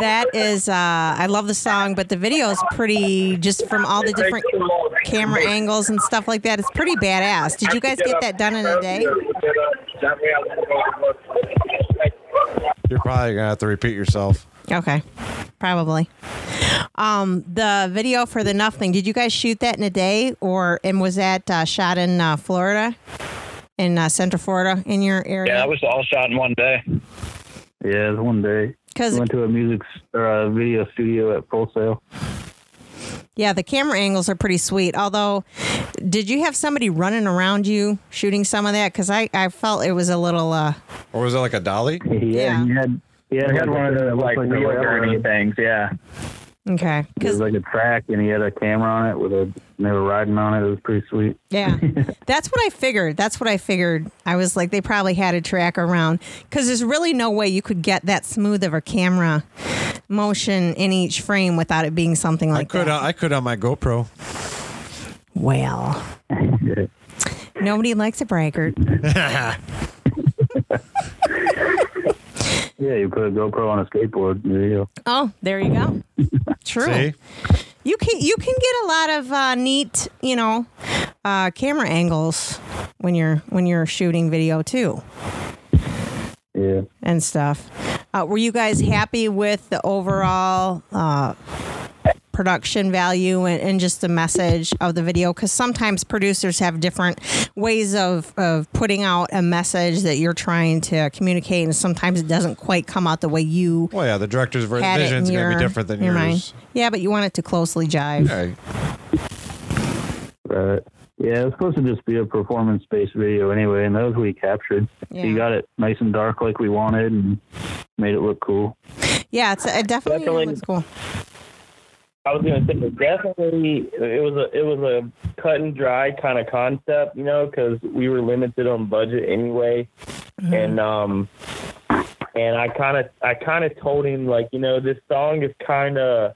[SPEAKER 5] that is, uh, I love the song, but the video is pretty, just from all the different camera angles and stuff like that, it's pretty badass. Did you guys get that done in a day?
[SPEAKER 4] You're probably gonna have to repeat yourself.
[SPEAKER 5] Okay, probably. Um, the video for the Nuff thing, did you guys shoot that in a day, or and was that uh, shot in uh, Florida, in uh, Central Florida, in your
[SPEAKER 7] Yeah,
[SPEAKER 5] area?
[SPEAKER 7] that was all shot in one day.
[SPEAKER 1] Yeah, it was one day.
[SPEAKER 5] 'Cause-
[SPEAKER 1] we went to a music s- or a video studio at Full Sail.
[SPEAKER 5] Yeah, the camera angles are pretty sweet. Although, did you have somebody running around you shooting some of that? Because I, I felt it was a little. Uh,
[SPEAKER 4] Or was it like a dolly?
[SPEAKER 1] Yeah,
[SPEAKER 5] Yeah.
[SPEAKER 1] he had he had,
[SPEAKER 2] I had one of
[SPEAKER 1] it
[SPEAKER 2] the
[SPEAKER 1] looked
[SPEAKER 2] like
[SPEAKER 1] a
[SPEAKER 2] real
[SPEAKER 1] rail on
[SPEAKER 2] dirty
[SPEAKER 1] it.
[SPEAKER 2] things. Yeah.
[SPEAKER 1] It
[SPEAKER 5] okay.
[SPEAKER 1] was
[SPEAKER 5] Because,
[SPEAKER 1] like a track, and he had a camera on it with a. And they were riding on it. It was pretty sweet.
[SPEAKER 5] yeah, that's what I figured. That's what I figured. I was like, they probably had a track around. Because there's really no way you could get that smooth of a camera motion in each frame without it being something
[SPEAKER 4] I
[SPEAKER 5] like
[SPEAKER 4] could
[SPEAKER 5] that.
[SPEAKER 4] uh, I could on my GoPro.
[SPEAKER 5] Well, nobody likes a braggart.
[SPEAKER 1] Yeah, you put a GoPro on a skateboard. There you go.
[SPEAKER 5] Oh, there you go. True.
[SPEAKER 4] See?
[SPEAKER 5] You can you can get a lot of uh, neat, you know, uh, camera angles when you're when you're shooting video too
[SPEAKER 1] Yeah.
[SPEAKER 5] and stuff. Uh, were you guys happy with the overall uh, production value and, and just the message of the video? Because sometimes producers have different ways of, of putting out a message that you're trying to communicate, and sometimes it doesn't quite come out the way you
[SPEAKER 4] Well, yeah, the director's ver-
[SPEAKER 5] had it in
[SPEAKER 4] vision's
[SPEAKER 5] your,
[SPEAKER 4] gonna be different than
[SPEAKER 5] your
[SPEAKER 4] yours.
[SPEAKER 5] Mind. Yeah, but you want it to closely jive.
[SPEAKER 4] Okay.
[SPEAKER 1] Right. Yeah, it was supposed to just be a performance based video anyway, and that was what he captured.
[SPEAKER 5] Yeah.
[SPEAKER 1] He got it nice and dark like we wanted and made it look cool.
[SPEAKER 5] Yeah, it's, it definitely,
[SPEAKER 2] Definitely.
[SPEAKER 5] looks cool.
[SPEAKER 2] I was gonna say definitely it was a it was a cut and dry kind of concept, you know, because we were limited on budget anyway, and um, and I kind of I kind of told him like you know this song is kind of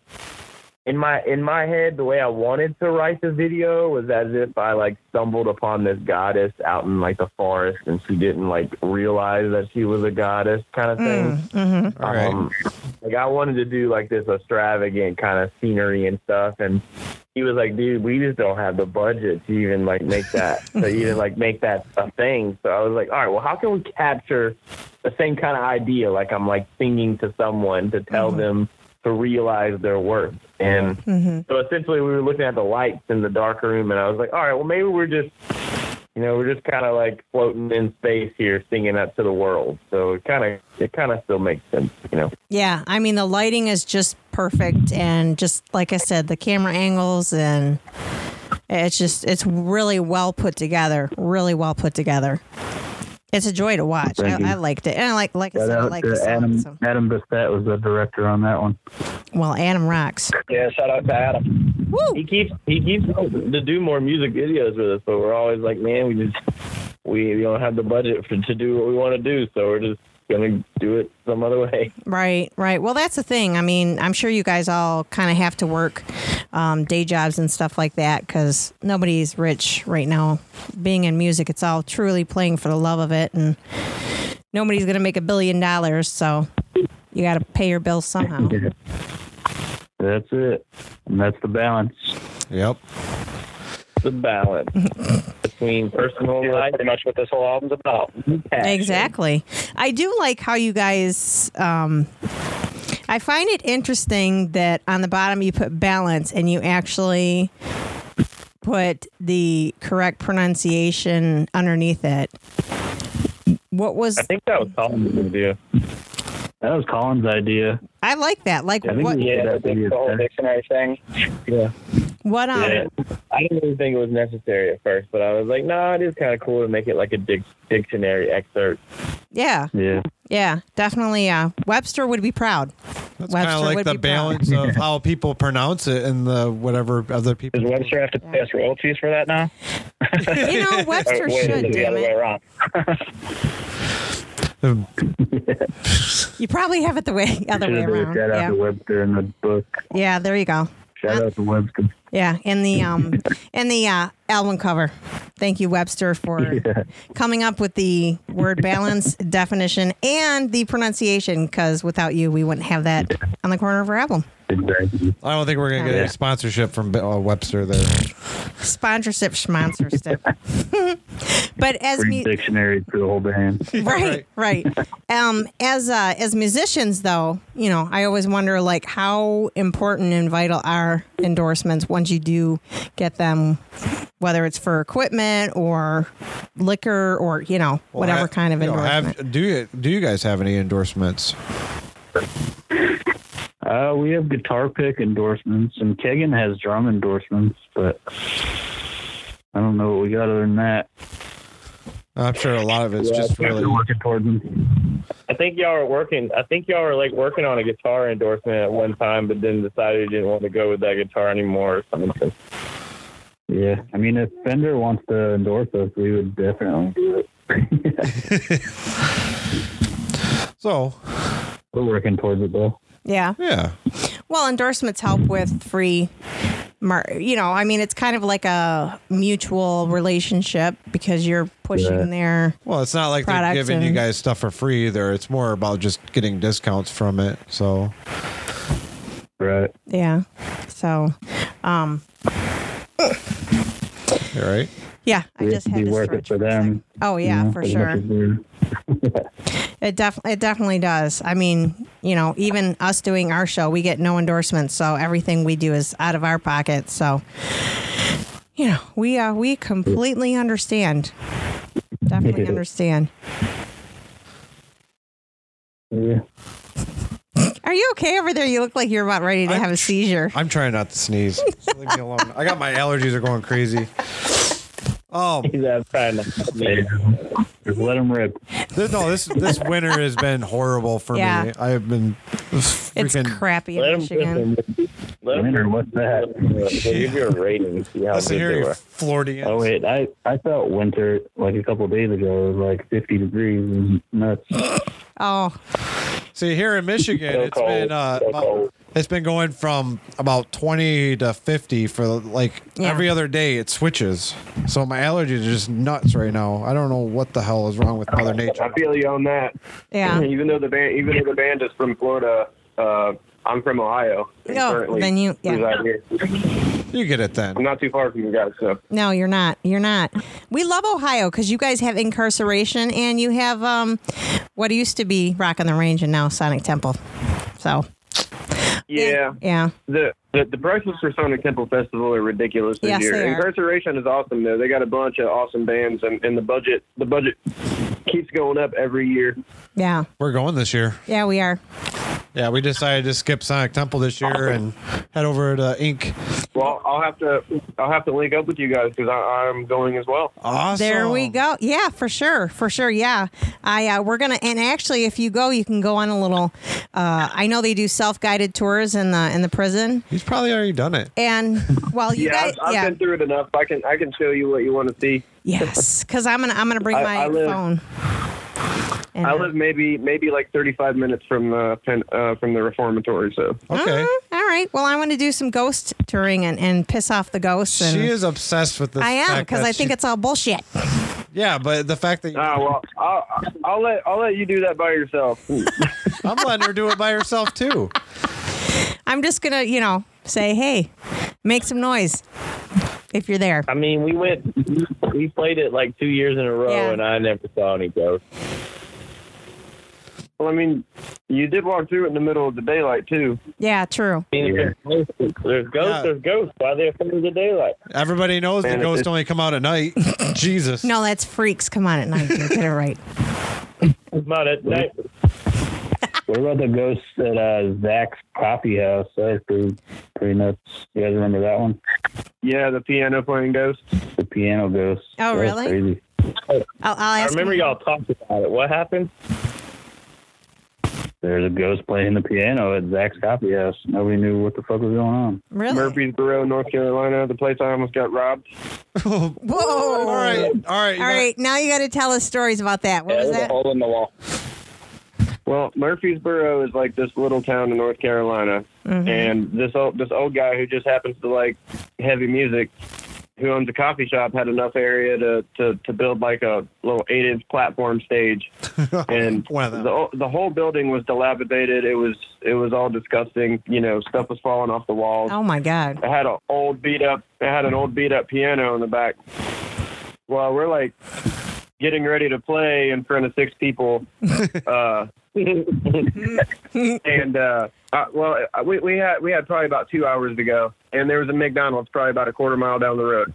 [SPEAKER 2] in my in my head the way I wanted to write the video was as if I like stumbled upon this goddess out in like the forest and she didn't like realize that she was a goddess kind of thing.
[SPEAKER 4] All right.
[SPEAKER 2] Um, like I wanted to do like this extravagant kind of scenery and stuff, and he was like, "Dude, we just don't have the budget to even like make that, to even like make that a thing." So I was like, "All right, well, how can we capture the same kind of idea? Like I'm like singing to someone to tell
[SPEAKER 5] Mm-hmm.
[SPEAKER 2] them to realize their worth." And
[SPEAKER 5] Mm-hmm.
[SPEAKER 2] so essentially, we were looking at the lights in the dark room, and I was like, "All right, well, maybe we're just." you know, we're just kind of like floating in space here, singing out to the world. So it kind of, it kind of still makes sense, you know.
[SPEAKER 5] Yeah, I mean the lighting is just perfect, and just like I said, the camera angles and it's just it's really well put together. Really well put together. It's a joy to watch.
[SPEAKER 1] Thank you.
[SPEAKER 5] I, I liked it, and I like like I
[SPEAKER 1] Shout
[SPEAKER 5] said, I
[SPEAKER 1] out
[SPEAKER 5] like
[SPEAKER 1] to
[SPEAKER 5] the song.
[SPEAKER 1] Adam
[SPEAKER 5] so-
[SPEAKER 1] Adam Bastet was the director on that one.
[SPEAKER 5] Well, Adam rocks.
[SPEAKER 7] Yeah, shout out to Adam.
[SPEAKER 5] Woo!
[SPEAKER 2] He keeps, he keeps hoping to do more music videos with us, but we're always like, man, we just, we, we don't have the budget for to do what we want to do, so we're just gonna do it some other way.
[SPEAKER 5] Right, right. Well, that's the thing. I mean, I'm sure you guys all kind of have to work um, day jobs and stuff like that because nobody's rich right now. Being in music, it's all truly playing for the love of it, and nobody's going to make a billion dollars. So you got to pay your bills somehow.
[SPEAKER 1] That's it. And that's the balance.
[SPEAKER 4] Yep.
[SPEAKER 2] The balance between personal
[SPEAKER 7] Yeah,
[SPEAKER 2] life
[SPEAKER 7] that's pretty much what this whole album's about.
[SPEAKER 2] and passion.
[SPEAKER 5] Exactly. I do like how you guys. Um, I find it interesting that on the bottom you put balance and you actually put the correct pronunciation underneath it. What was
[SPEAKER 2] I think that was all we could do.
[SPEAKER 1] That was Colin's idea.
[SPEAKER 5] I like that? Like
[SPEAKER 1] I think
[SPEAKER 5] what?
[SPEAKER 1] we-
[SPEAKER 7] Yeah,
[SPEAKER 1] That
[SPEAKER 7] the
[SPEAKER 1] video is
[SPEAKER 7] whole
[SPEAKER 1] better.
[SPEAKER 7] dictionary thing.
[SPEAKER 5] What? Um,
[SPEAKER 2] Yeah. I didn't really think it was necessary at first, but I was like, nah, it is kind of cool to make it like a dic- dictionary excerpt.
[SPEAKER 5] yeah,
[SPEAKER 1] Yeah.
[SPEAKER 5] yeah, definitely. Yeah, Webster would be proud.
[SPEAKER 4] That's
[SPEAKER 5] Webster
[SPEAKER 4] kind of
[SPEAKER 5] would
[SPEAKER 4] like
[SPEAKER 5] be
[SPEAKER 4] the
[SPEAKER 5] proud.
[SPEAKER 4] balance of how people pronounce it and the whatever other people.
[SPEAKER 7] Does Webster have to pay us royalties for that now?
[SPEAKER 5] You know, Webster
[SPEAKER 7] Or wait, is
[SPEAKER 5] should.
[SPEAKER 7] it the
[SPEAKER 5] Damn
[SPEAKER 7] other way
[SPEAKER 5] it.
[SPEAKER 7] around?
[SPEAKER 4] The-
[SPEAKER 5] You probably have it the way other
[SPEAKER 1] Should
[SPEAKER 5] way
[SPEAKER 1] have did a
[SPEAKER 5] around.
[SPEAKER 1] shout out
[SPEAKER 5] Yeah. Uh,
[SPEAKER 1] to Webster in the book.
[SPEAKER 5] yeah, there you go.
[SPEAKER 1] Shout out to Webster.
[SPEAKER 5] Yeah, and the um and the uh, album cover. Thank you, Webster, for coming up with the word balance definition and the pronunciation. Because without you, we wouldn't have that on the corner of our album.
[SPEAKER 1] Exactly.
[SPEAKER 4] I don't think we're gonna get
[SPEAKER 1] Yeah.
[SPEAKER 4] any sponsorship from uh, Webster there.
[SPEAKER 5] Sponsorship, sponsorship. but as
[SPEAKER 1] Free
[SPEAKER 5] me,
[SPEAKER 1] dictionary for the whole band.
[SPEAKER 5] right, right. Um, as uh, as musicians, though, you know, I always wonder like how important and vital are endorsements once you do get them, whether it's for equipment or liquor or you know
[SPEAKER 4] Well,
[SPEAKER 5] whatever
[SPEAKER 4] ha-
[SPEAKER 5] kind of
[SPEAKER 4] you know,
[SPEAKER 5] endorsement.
[SPEAKER 4] Have, do you do you guys have any endorsements?
[SPEAKER 1] Uh, we have guitar pick endorsements, and Kegan has drum endorsements, but I don't know what we got other than that.
[SPEAKER 4] I'm sure a lot of it's just
[SPEAKER 1] We're
[SPEAKER 4] really.
[SPEAKER 1] working towards them.
[SPEAKER 2] I think y'all are working. I think y'all were like working on a guitar endorsement at one time, but then decided you didn't want to go with that guitar anymore or something.
[SPEAKER 1] Yeah, I mean, if Fender wants to endorse us, we would definitely do it.
[SPEAKER 4] So
[SPEAKER 1] We're working towards it though.
[SPEAKER 5] yeah.
[SPEAKER 4] yeah,
[SPEAKER 5] Well, endorsements help with free. Mar- you know, I mean, it's kind of like a mutual relationship because you're pushing
[SPEAKER 1] Yeah.
[SPEAKER 5] their
[SPEAKER 4] well, it's not like they're
[SPEAKER 5] Products
[SPEAKER 4] giving you
[SPEAKER 5] and-
[SPEAKER 4] guys stuff for free either. It's more about just getting discounts from it. So
[SPEAKER 1] Right.
[SPEAKER 5] yeah. So, um,
[SPEAKER 4] you right.
[SPEAKER 5] yeah, I
[SPEAKER 1] We
[SPEAKER 5] just
[SPEAKER 1] have
[SPEAKER 5] had
[SPEAKER 1] to be
[SPEAKER 5] to
[SPEAKER 1] worth
[SPEAKER 5] stretch
[SPEAKER 1] it
[SPEAKER 5] for
[SPEAKER 1] for
[SPEAKER 5] a second.
[SPEAKER 1] them.
[SPEAKER 5] Oh yeah,
[SPEAKER 1] you know,
[SPEAKER 5] for
[SPEAKER 1] as much
[SPEAKER 5] sure.
[SPEAKER 1] as we're-
[SPEAKER 5] It def- it definitely does. I mean, you know, even us doing our show, we get no endorsements, so everything we do is out of our pocket. So, you know, we uh we completely understand. Definitely understand.
[SPEAKER 1] Yeah.
[SPEAKER 5] Are you okay over there? You look like you're about ready to
[SPEAKER 4] I'm
[SPEAKER 5] have a
[SPEAKER 4] tr-
[SPEAKER 5] seizure.
[SPEAKER 4] I'm trying not to sneeze. Just leave me alone. I got my allergies are going crazy. Um,
[SPEAKER 2] Yeah, I'm trying to.
[SPEAKER 1] Just let them rip.
[SPEAKER 4] th- no, this this winter has been horrible for me.
[SPEAKER 5] Yeah.
[SPEAKER 4] I have been
[SPEAKER 5] It's
[SPEAKER 4] freaking.
[SPEAKER 5] crappy
[SPEAKER 2] Let
[SPEAKER 5] in
[SPEAKER 2] him
[SPEAKER 5] Michigan.
[SPEAKER 2] listen. Let him
[SPEAKER 1] Winter, what's that?
[SPEAKER 2] We'll give you a rating. See how
[SPEAKER 4] Listen
[SPEAKER 2] good
[SPEAKER 4] here,
[SPEAKER 2] they
[SPEAKER 4] you
[SPEAKER 2] were.
[SPEAKER 4] Floridians.
[SPEAKER 1] Oh wait, I I felt winter like a couple days ago. It was like 50 degrees and nuts.
[SPEAKER 5] Oh,
[SPEAKER 4] See, here in Michigan,
[SPEAKER 2] So
[SPEAKER 4] it's
[SPEAKER 2] cold,
[SPEAKER 4] been uh,
[SPEAKER 2] so
[SPEAKER 4] about-
[SPEAKER 2] cold.
[SPEAKER 4] it's been going from about twenty to fifty for like
[SPEAKER 5] Yeah.
[SPEAKER 4] every other day. It switches, so my allergies are just nuts right now. I don't know what the hell is wrong with Mother Nature.
[SPEAKER 6] I feel you on that.
[SPEAKER 5] yeah.
[SPEAKER 6] Even though the band, even though the band is from Florida, uh, I'm from Ohio. and
[SPEAKER 5] Oh,
[SPEAKER 6] currently
[SPEAKER 5] then you- yeah.
[SPEAKER 6] reside here.
[SPEAKER 4] You get it
[SPEAKER 6] I'm
[SPEAKER 4] then?
[SPEAKER 6] not too far from you guys, so
[SPEAKER 5] No, you're not. You're not. We love Ohio because you guys have incarceration and you have um, what used to be Rock on the Range and now Sonic Temple. So
[SPEAKER 6] yeah.
[SPEAKER 5] yeah,
[SPEAKER 6] The, the the prices for Sonic Temple Festival are ridiculous this
[SPEAKER 5] Yes,
[SPEAKER 6] year.
[SPEAKER 5] they are.
[SPEAKER 6] Incarceration is awesome though. They got a bunch of awesome bands, and, and the budget the budget keeps going up every year.
[SPEAKER 5] yeah,
[SPEAKER 4] We're going this year.
[SPEAKER 5] yeah. We are.
[SPEAKER 4] Yeah, we decided to skip Sonic Temple this year and head over to Inc.
[SPEAKER 6] Well, I'll have to I'll have to link up with you guys because I'm going as well.
[SPEAKER 4] Awesome.
[SPEAKER 5] There we go. Yeah, for sure, for sure. Yeah, I uh, we're gonna and actually, if you go, you can go on a little. Uh, I know they do self guided tours in the in the prison,
[SPEAKER 4] He's probably already done it.
[SPEAKER 5] and well, you
[SPEAKER 6] yeah,
[SPEAKER 5] guys,
[SPEAKER 6] I've, I've
[SPEAKER 5] yeah,
[SPEAKER 6] been through it enough. I can I can show you what you want to see.
[SPEAKER 5] yes, because I'm gonna I'm gonna bring
[SPEAKER 6] I-
[SPEAKER 5] my
[SPEAKER 6] I live-
[SPEAKER 5] phone. And,
[SPEAKER 6] I
[SPEAKER 5] uh,
[SPEAKER 6] live maybe maybe like 35 minutes from the pen, uh, from the reformatory. So
[SPEAKER 4] Okay.
[SPEAKER 5] Uh, all right. Well, I want to do some ghost touring and, and piss off the ghosts. And
[SPEAKER 4] She is obsessed with this.
[SPEAKER 5] I am
[SPEAKER 4] fact
[SPEAKER 5] because
[SPEAKER 4] that
[SPEAKER 5] I think
[SPEAKER 4] she-
[SPEAKER 5] it's all bullshit.
[SPEAKER 4] yeah, but the fact that you-
[SPEAKER 6] ah, well, I'll, I'll let I'll let you do that by yourself.
[SPEAKER 4] I'm letting her do it by herself too.
[SPEAKER 5] I'm just gonna, you know, say, hey, make some noise if you're there.
[SPEAKER 2] I mean, we went, we played it like two years in a row,
[SPEAKER 5] Yeah.
[SPEAKER 2] and I never saw any ghosts.
[SPEAKER 6] Well, I mean, you did walk through it in the middle of the daylight too.
[SPEAKER 5] Yeah, true.
[SPEAKER 2] I mean, if there's ghosts, there's ghosts,
[SPEAKER 4] Yeah.
[SPEAKER 2] there's ghosts. Why they're afraid of the daylight?
[SPEAKER 4] Everybody knows the
[SPEAKER 6] Man, it-
[SPEAKER 4] ghosts
[SPEAKER 6] it-
[SPEAKER 4] only come out at night. Jesus.
[SPEAKER 5] No, that's freaks. Come on at night. dude. Get it right.
[SPEAKER 2] It's not at night.
[SPEAKER 1] What about the ghosts at uh, Zach's Coffee House? That's pretty pretty nuts. You guys remember that one?
[SPEAKER 6] Yeah, the piano playing ghost.
[SPEAKER 1] The piano ghost.
[SPEAKER 5] Oh,
[SPEAKER 1] That was
[SPEAKER 5] really?
[SPEAKER 1] Crazy.
[SPEAKER 5] I'll, I'll
[SPEAKER 2] I
[SPEAKER 5] ask.
[SPEAKER 2] remember
[SPEAKER 5] him.
[SPEAKER 2] y'all talked about it. What happened?
[SPEAKER 1] There's a ghost playing the piano at Zach's Coffee House. Nobody knew what the fuck was going on.
[SPEAKER 5] Really?
[SPEAKER 6] Murfreesboro, North Carolina, the place I almost got robbed.
[SPEAKER 5] Whoa.
[SPEAKER 4] All right. All right. you
[SPEAKER 5] All
[SPEAKER 4] gotta-
[SPEAKER 5] right. Now you got to tell us stories about that. What was that?
[SPEAKER 2] hole in the wall.
[SPEAKER 6] Well, Murfreesboro is like this little town in North Carolina,
[SPEAKER 5] Mhm.
[SPEAKER 6] and this old this old guy who just happens to like heavy music, who owns a coffee shop, had enough area to to, to build like a little eight inch platform stage, and
[SPEAKER 4] One of them.
[SPEAKER 6] the o- the whole building was dilapidated. It was it was all disgusting. You know, stuff was falling off the walls.
[SPEAKER 5] Oh my God.
[SPEAKER 6] I had an old beat up. I had an old beat up piano in the back. Well, we're like getting ready to play in front of six people. uh, and uh, uh, well, uh, we, we had we had probably about two hours to go, and there was a McDonald's probably about a quarter mile down the road.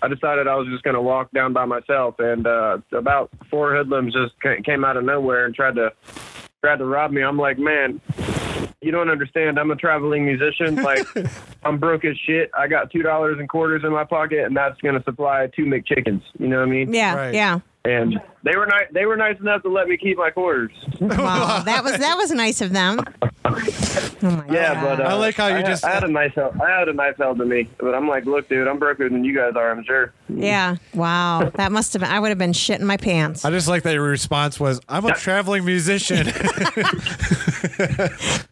[SPEAKER 6] I decided I was just going to walk down by myself, and uh, about four hoodlums just ca- came out of nowhere and tried to tried to rob me. I'm like, man, you don't understand. I'm a traveling musician. Like, I'm broke as shit. I got two dollars and quarters in my pocket, and that's going to supply two McChickens. You know what I mean?
[SPEAKER 5] Yeah,
[SPEAKER 4] Right.
[SPEAKER 5] yeah.
[SPEAKER 6] And they were nice. They were nice enough to let me keep my quarters.
[SPEAKER 5] Wow, that was that was nice of them. Oh my
[SPEAKER 6] Yeah,
[SPEAKER 5] God.
[SPEAKER 6] but uh,
[SPEAKER 4] I like how you
[SPEAKER 6] had-
[SPEAKER 4] just-
[SPEAKER 6] I had a nice held. I had a nice held to me, but I'm like, look, dude, I'm broker than you guys are. I'm sure.
[SPEAKER 5] yeah, wow, that must have been. I would have been shitting my pants.
[SPEAKER 4] I just like that your response was, I'm a traveling musician.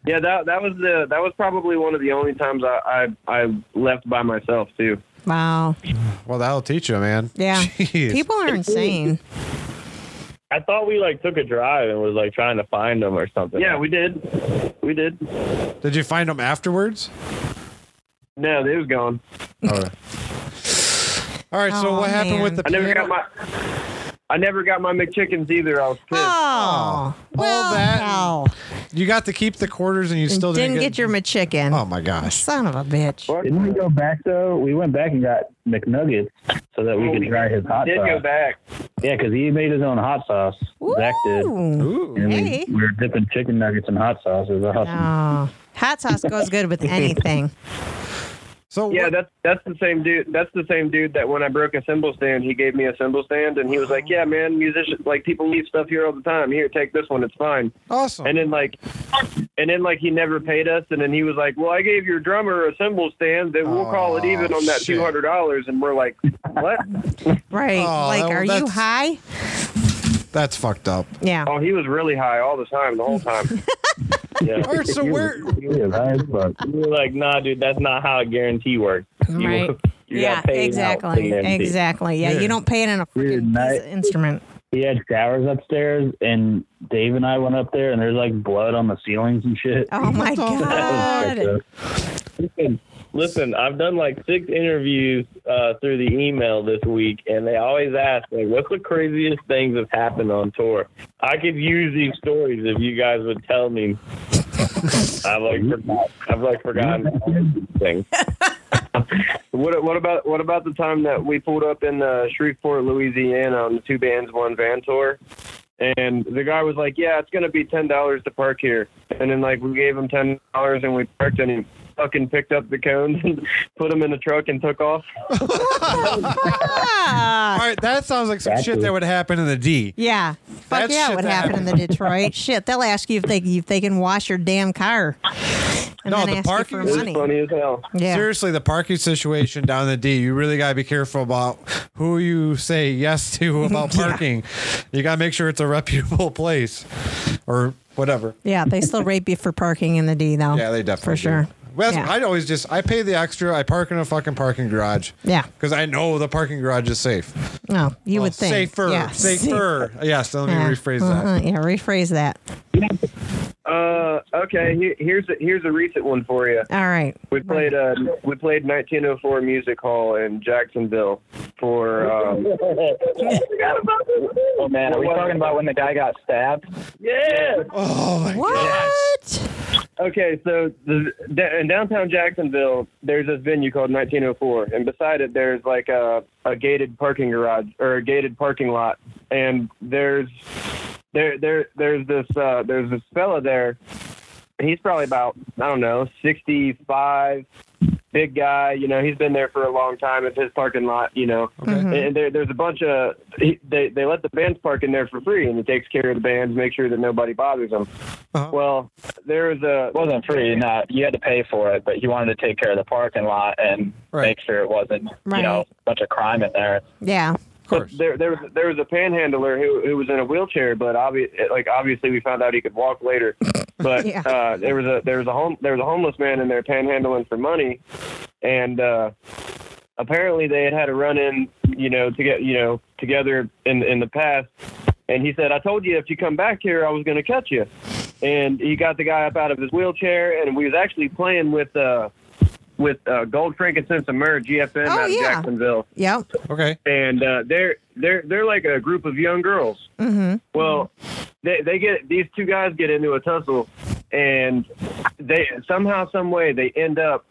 [SPEAKER 6] Yeah, that that was the that was probably one of the only times I I, I left by myself too.
[SPEAKER 5] Wow,
[SPEAKER 4] well, that'll teach you, man.
[SPEAKER 5] yeah,
[SPEAKER 4] Jeez.
[SPEAKER 5] people are insane.
[SPEAKER 2] I thought we like took a drive and was like trying to find them or something.
[SPEAKER 6] Yeah, we did, we did.
[SPEAKER 4] Did you find them afterwards?
[SPEAKER 6] No, they was gone.
[SPEAKER 4] All right. so
[SPEAKER 5] Aw,
[SPEAKER 4] what happened
[SPEAKER 5] Oh, man.
[SPEAKER 4] with the
[SPEAKER 6] I never
[SPEAKER 4] piano?
[SPEAKER 6] got my. I never got my McChickens either. I was pissed.
[SPEAKER 5] Oh, well,
[SPEAKER 4] that-
[SPEAKER 5] hell.
[SPEAKER 4] you got to keep the quarters and you still
[SPEAKER 5] didn't
[SPEAKER 4] didn't,
[SPEAKER 5] get your McChicken.
[SPEAKER 4] Oh my gosh.
[SPEAKER 5] Son of a bitch.
[SPEAKER 3] Didn't we go back though? We went back and got McNuggets so that we
[SPEAKER 6] Oh,
[SPEAKER 3] could try his hot
[SPEAKER 6] did go
[SPEAKER 3] sauce.
[SPEAKER 6] back.
[SPEAKER 3] Yeah, because he made his own hot sauce. Zach did.
[SPEAKER 5] Ooh.
[SPEAKER 4] Ooh.
[SPEAKER 3] And we-
[SPEAKER 5] Hey.
[SPEAKER 3] we, were dipping chicken nuggets in hot sauce. It was awesome.
[SPEAKER 5] Oh, hot sauce goes good with anything.
[SPEAKER 4] So
[SPEAKER 6] Yeah,
[SPEAKER 4] what-
[SPEAKER 6] that's that's the same dude. That's the same dude that when I broke a cymbal stand, he gave me a cymbal stand, and he was like, "Yeah, man, musicians like people leave stuff here all the time. Here, take this one. It's fine."
[SPEAKER 4] awesome.
[SPEAKER 6] And then like, and then like he never paid us, and then he was like, "Well, I gave your drummer a cymbal stand, then we'll call it
[SPEAKER 4] Oh,
[SPEAKER 6] even on that
[SPEAKER 4] shit.
[SPEAKER 6] two hundred dollars." And we're like, "What?"
[SPEAKER 5] Right.
[SPEAKER 4] Oh,
[SPEAKER 5] like,
[SPEAKER 4] that-
[SPEAKER 5] are you
[SPEAKER 4] that's-
[SPEAKER 5] high?
[SPEAKER 4] that's fucked up.
[SPEAKER 5] Yeah.
[SPEAKER 6] oh, he was really high all the time, the whole time.
[SPEAKER 4] All right. So where?
[SPEAKER 3] Yeah, that is fun.
[SPEAKER 2] We were like, nah, dude, that's not how a guarantee works. You-
[SPEAKER 5] Right.
[SPEAKER 2] you
[SPEAKER 5] yeah,
[SPEAKER 2] got paid out for
[SPEAKER 5] exactly.
[SPEAKER 2] the MC.
[SPEAKER 5] Exactly. Yeah,
[SPEAKER 4] Yeah.
[SPEAKER 5] you don't pay it in a
[SPEAKER 3] Dude,
[SPEAKER 5] freaking
[SPEAKER 3] night-
[SPEAKER 5] piece of instrument.
[SPEAKER 3] He had showers upstairs, and Dave and I went up there, and there's like blood on the ceilings and shit.
[SPEAKER 5] Oh my
[SPEAKER 3] That was uh,
[SPEAKER 5] god.
[SPEAKER 3] fucked
[SPEAKER 2] Listen, listen, I've done like six interviews uh, through the email this week, and they always ask, like, what's the craziest things that's happened on tour? I could use these stories if you guys would tell me. I've like, forgot, I've like forgotten things.
[SPEAKER 6] what what about what about the time that we pulled up in uh, Shreveport, Louisiana, on the two bands one van tour? And the guy was like, "Yeah, it's gonna be ten dollars to park here." And then like we gave him ten dollars and we parked, and he fucking picked up the cones and put them in the truck and took off.
[SPEAKER 4] All
[SPEAKER 5] Ah,
[SPEAKER 4] right. That sounds like some shit
[SPEAKER 3] Exactly.
[SPEAKER 4] that would happen in the D.
[SPEAKER 5] yeah. Fuck
[SPEAKER 4] That
[SPEAKER 5] yeah,
[SPEAKER 4] shit
[SPEAKER 5] what
[SPEAKER 4] that
[SPEAKER 5] happened in the Detroit? shit, they'll ask you if they if they can wash your damn car. And
[SPEAKER 4] No,
[SPEAKER 5] then
[SPEAKER 4] the
[SPEAKER 5] ask
[SPEAKER 4] parking
[SPEAKER 5] you
[SPEAKER 4] is
[SPEAKER 5] for
[SPEAKER 6] It was
[SPEAKER 5] money.
[SPEAKER 6] funny as hell.
[SPEAKER 5] Yeah.
[SPEAKER 4] Seriously, the parking situation down in the D, you really got to be careful about who you say yes to about parking. You got to make sure it's a reputable place or whatever.
[SPEAKER 5] Yeah, they still rape you for parking in the D though.
[SPEAKER 4] Yeah, they definitely
[SPEAKER 5] for sure.
[SPEAKER 4] do. Well, that's-
[SPEAKER 5] Yeah.
[SPEAKER 4] I'd always just I pay the extra. I park in a fucking parking garage.
[SPEAKER 5] Yeah.
[SPEAKER 4] Because I know the parking garage is safe.
[SPEAKER 5] No, you
[SPEAKER 4] Well,
[SPEAKER 5] would think.
[SPEAKER 4] Safer.
[SPEAKER 5] Yeah.
[SPEAKER 4] Safer. Yes, let me
[SPEAKER 5] Yeah.
[SPEAKER 4] rephrase
[SPEAKER 5] Uh-huh,
[SPEAKER 4] that.
[SPEAKER 5] Yeah, rephrase that.
[SPEAKER 6] Uh, okay, he- here's a, here's a recent one for you.
[SPEAKER 5] All right.
[SPEAKER 6] We played uh, we played 1904 Music Hall in Jacksonville for um,
[SPEAKER 7] Oh man, are we talking about when the guy got stabbed?
[SPEAKER 6] yeah.
[SPEAKER 4] Oh my
[SPEAKER 5] What?
[SPEAKER 6] Okay, so the, da- in downtown Jacksonville, there's this venue called 1904, and beside it, there's like a, a gated parking garage or a gated parking lot, and there's there there there's this uh, there's this fella there. He's probably about I don't know 65, big guy. You know, he's been there for a long time. It's his parking lot. You know, and, and there, there's a bunch of he, they they let the bands park in there for free, and he takes care of the bands, make sure that nobody bothers them.
[SPEAKER 4] Uh-huh.
[SPEAKER 6] Well, there was a
[SPEAKER 7] It wasn't free. No, you had to pay for it, but he wanted to take care of the parking lot and
[SPEAKER 4] Right.
[SPEAKER 7] make sure it wasn't, you know,
[SPEAKER 5] Right.
[SPEAKER 7] a bunch of crime in there.
[SPEAKER 5] Yeah.
[SPEAKER 4] course.
[SPEAKER 6] There, there was there was a panhandler who who was in a wheelchair, but obvi- like obviously we found out he could walk later. But
[SPEAKER 5] Yeah.
[SPEAKER 6] uh, there was a there was a home there was a homeless man in there panhandling for money, and uh, apparently they had had a run in, you know, to get you know together in in the past. And he said, "I told you if you come back here, I was going to catch you." And he got the guy up out of his wheelchair, and we was actually playing with. Uh, with uh, Gold Frankincense and Myrrh, GFM
[SPEAKER 5] Oh,
[SPEAKER 6] out of
[SPEAKER 5] yeah.
[SPEAKER 6] Jacksonville,
[SPEAKER 5] Yep.
[SPEAKER 4] Okay.
[SPEAKER 6] and uh, they're they're they're like a group of young girls.
[SPEAKER 5] Mm-hmm.
[SPEAKER 6] Well, they they get these two guys get into a tussle, and they somehow some way they end up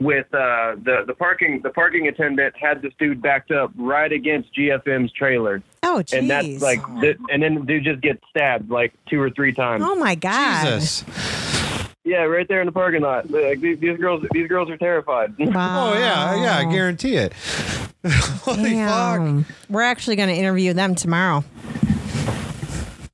[SPEAKER 6] with uh, the the parking the parking attendant had this dude backed up right against GFM's trailer,
[SPEAKER 5] Oh, jeez.
[SPEAKER 6] and that's like th- and then the dude just gets stabbed like two or three times.
[SPEAKER 5] Oh my God!
[SPEAKER 4] Jesus.
[SPEAKER 6] Yeah, right there in the parking lot. Like these, these girls these girls are terrified.
[SPEAKER 5] Wow.
[SPEAKER 4] Oh yeah, yeah, I guarantee it. Holy fuck.
[SPEAKER 5] Damn. We're actually going to interview them tomorrow.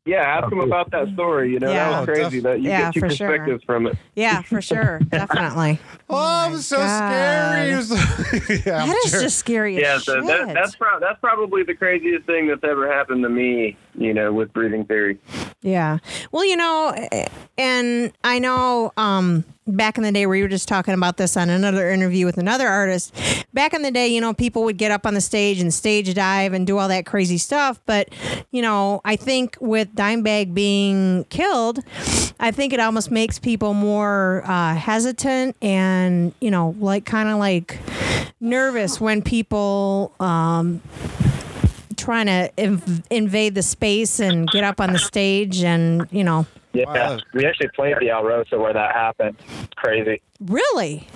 [SPEAKER 6] yeah, ask them about that story. You know
[SPEAKER 5] Oh. Yeah.
[SPEAKER 6] that was crazy. That you
[SPEAKER 5] Yeah,
[SPEAKER 6] get two
[SPEAKER 5] for sure.
[SPEAKER 6] perspectives from it.
[SPEAKER 5] Yeah, for sure, definitely.
[SPEAKER 4] Oh, I'm so
[SPEAKER 5] God.
[SPEAKER 4] scary. It was- yeah, I'm
[SPEAKER 5] That is
[SPEAKER 4] sure.
[SPEAKER 5] just scary.
[SPEAKER 6] Yeah,
[SPEAKER 5] as
[SPEAKER 6] so
[SPEAKER 5] shit.
[SPEAKER 6] that, that's pro- that's probably the craziest thing that's ever happened to me. You know, with breathing theory.
[SPEAKER 5] Yeah. Well, you know, eh, and I know um, back in the day, we were just talking about this on another interview with another artist. Back in the day, you know, people would get up on the stage and stage dive and do all that crazy stuff. But, you know, I think with Dimebag being killed, I think it almost makes people more uh, hesitant and, you know, like kind of like nervous when people uh, trying to inv- invade the space and get up on the stage and you know
[SPEAKER 7] Yeah,
[SPEAKER 4] Wow.
[SPEAKER 7] we actually played the Alrosa where that happened. Crazy.
[SPEAKER 5] really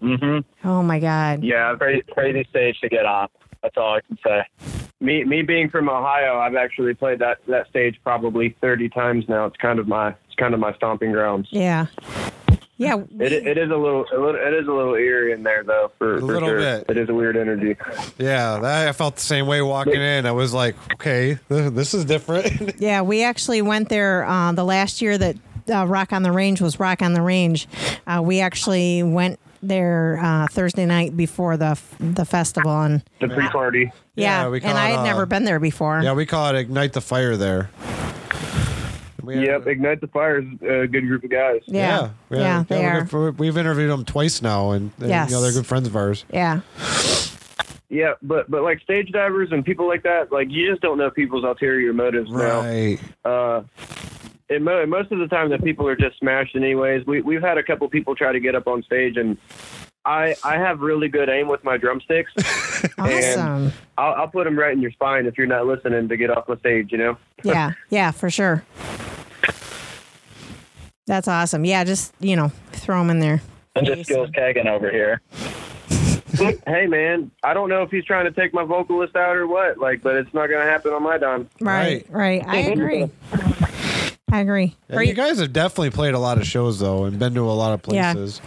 [SPEAKER 7] Mm-hmm.
[SPEAKER 5] oh my god
[SPEAKER 6] Yeah,
[SPEAKER 7] Crazy, crazy stage to get on. That's all I can say.
[SPEAKER 6] me me being from Ohio, I've actually played that that stage probably thirty times now. It's kind of my it's kind of my stomping grounds.
[SPEAKER 5] yeah yeah we-
[SPEAKER 6] It, it is a little, a little it is a little eerie in there though for,
[SPEAKER 4] A
[SPEAKER 6] for
[SPEAKER 4] little
[SPEAKER 6] sure.
[SPEAKER 4] bit.
[SPEAKER 6] It is a weird energy.
[SPEAKER 4] Yeah, that, I felt the same way walking in. I was like, okay, th- this is different.
[SPEAKER 5] yeah we actually went there uh, the last year that uh, rock on the range was rock on the range uh, we actually went there uh, thursday night before the f- the festival and
[SPEAKER 6] The pre party.
[SPEAKER 5] yeah,
[SPEAKER 4] Yeah, we
[SPEAKER 5] and
[SPEAKER 4] call
[SPEAKER 5] i
[SPEAKER 4] it,
[SPEAKER 5] had
[SPEAKER 4] uh,
[SPEAKER 5] never been there before
[SPEAKER 4] yeah, we call it ignite the fire there. We had-
[SPEAKER 6] Yep, ignite the fire is a good group of guys.
[SPEAKER 5] yeah yeah,
[SPEAKER 4] we had-
[SPEAKER 5] they
[SPEAKER 4] we're
[SPEAKER 5] are
[SPEAKER 4] good for- we've interviewed them twice now, and, and,
[SPEAKER 5] Yes.
[SPEAKER 4] you know they're good friends of ours.
[SPEAKER 5] yeah
[SPEAKER 6] Yeah, but but like stage divers and people like that, like you just don't know people's ulterior motives now.
[SPEAKER 4] Right.
[SPEAKER 6] uh, and mo- most of the time that people are just smashed anyways. We we've had a couple people try to get up on stage and I I have really good aim with my drumsticks.
[SPEAKER 5] awesome
[SPEAKER 6] I'll, I'll put them right in your spine if you're not listening to get off the stage. You know.
[SPEAKER 5] yeah yeah for sure that's awesome yeah just you know throw them in there
[SPEAKER 7] And just
[SPEAKER 5] Jason.
[SPEAKER 7] Gills Kagan over here.
[SPEAKER 6] hey man, I don't know if he's trying to take my vocalist out or what. Like, but it's not gonna happen on my dime.
[SPEAKER 5] right right i agree i agree
[SPEAKER 4] Yeah,
[SPEAKER 5] Are
[SPEAKER 4] you
[SPEAKER 5] you-
[SPEAKER 4] guys have definitely played a lot of shows though, and been to a lot of
[SPEAKER 5] Yeah.
[SPEAKER 4] places.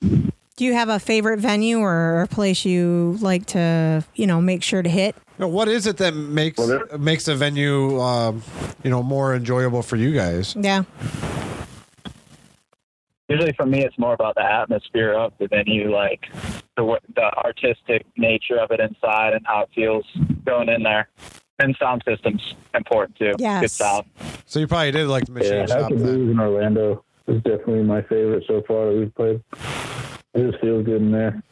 [SPEAKER 5] do you have a favorite venue or a place you like to you know make sure to hit
[SPEAKER 4] Now, what is it that makes
[SPEAKER 6] Well, there-
[SPEAKER 4] makes a venue, um, you know, more enjoyable for you guys?
[SPEAKER 5] yeah
[SPEAKER 7] Usually for me, it's more about the atmosphere of the venue, like the wa- the artistic nature of it inside and how it feels going in there. And sound system's important too.
[SPEAKER 5] Yes.
[SPEAKER 7] Good sound.
[SPEAKER 4] So you probably did like the machine
[SPEAKER 8] Yeah,
[SPEAKER 4] shop.
[SPEAKER 8] House of
[SPEAKER 4] Then.
[SPEAKER 8] Blues in Orlando is definitely my favorite so far that we've played. It just feels good in there.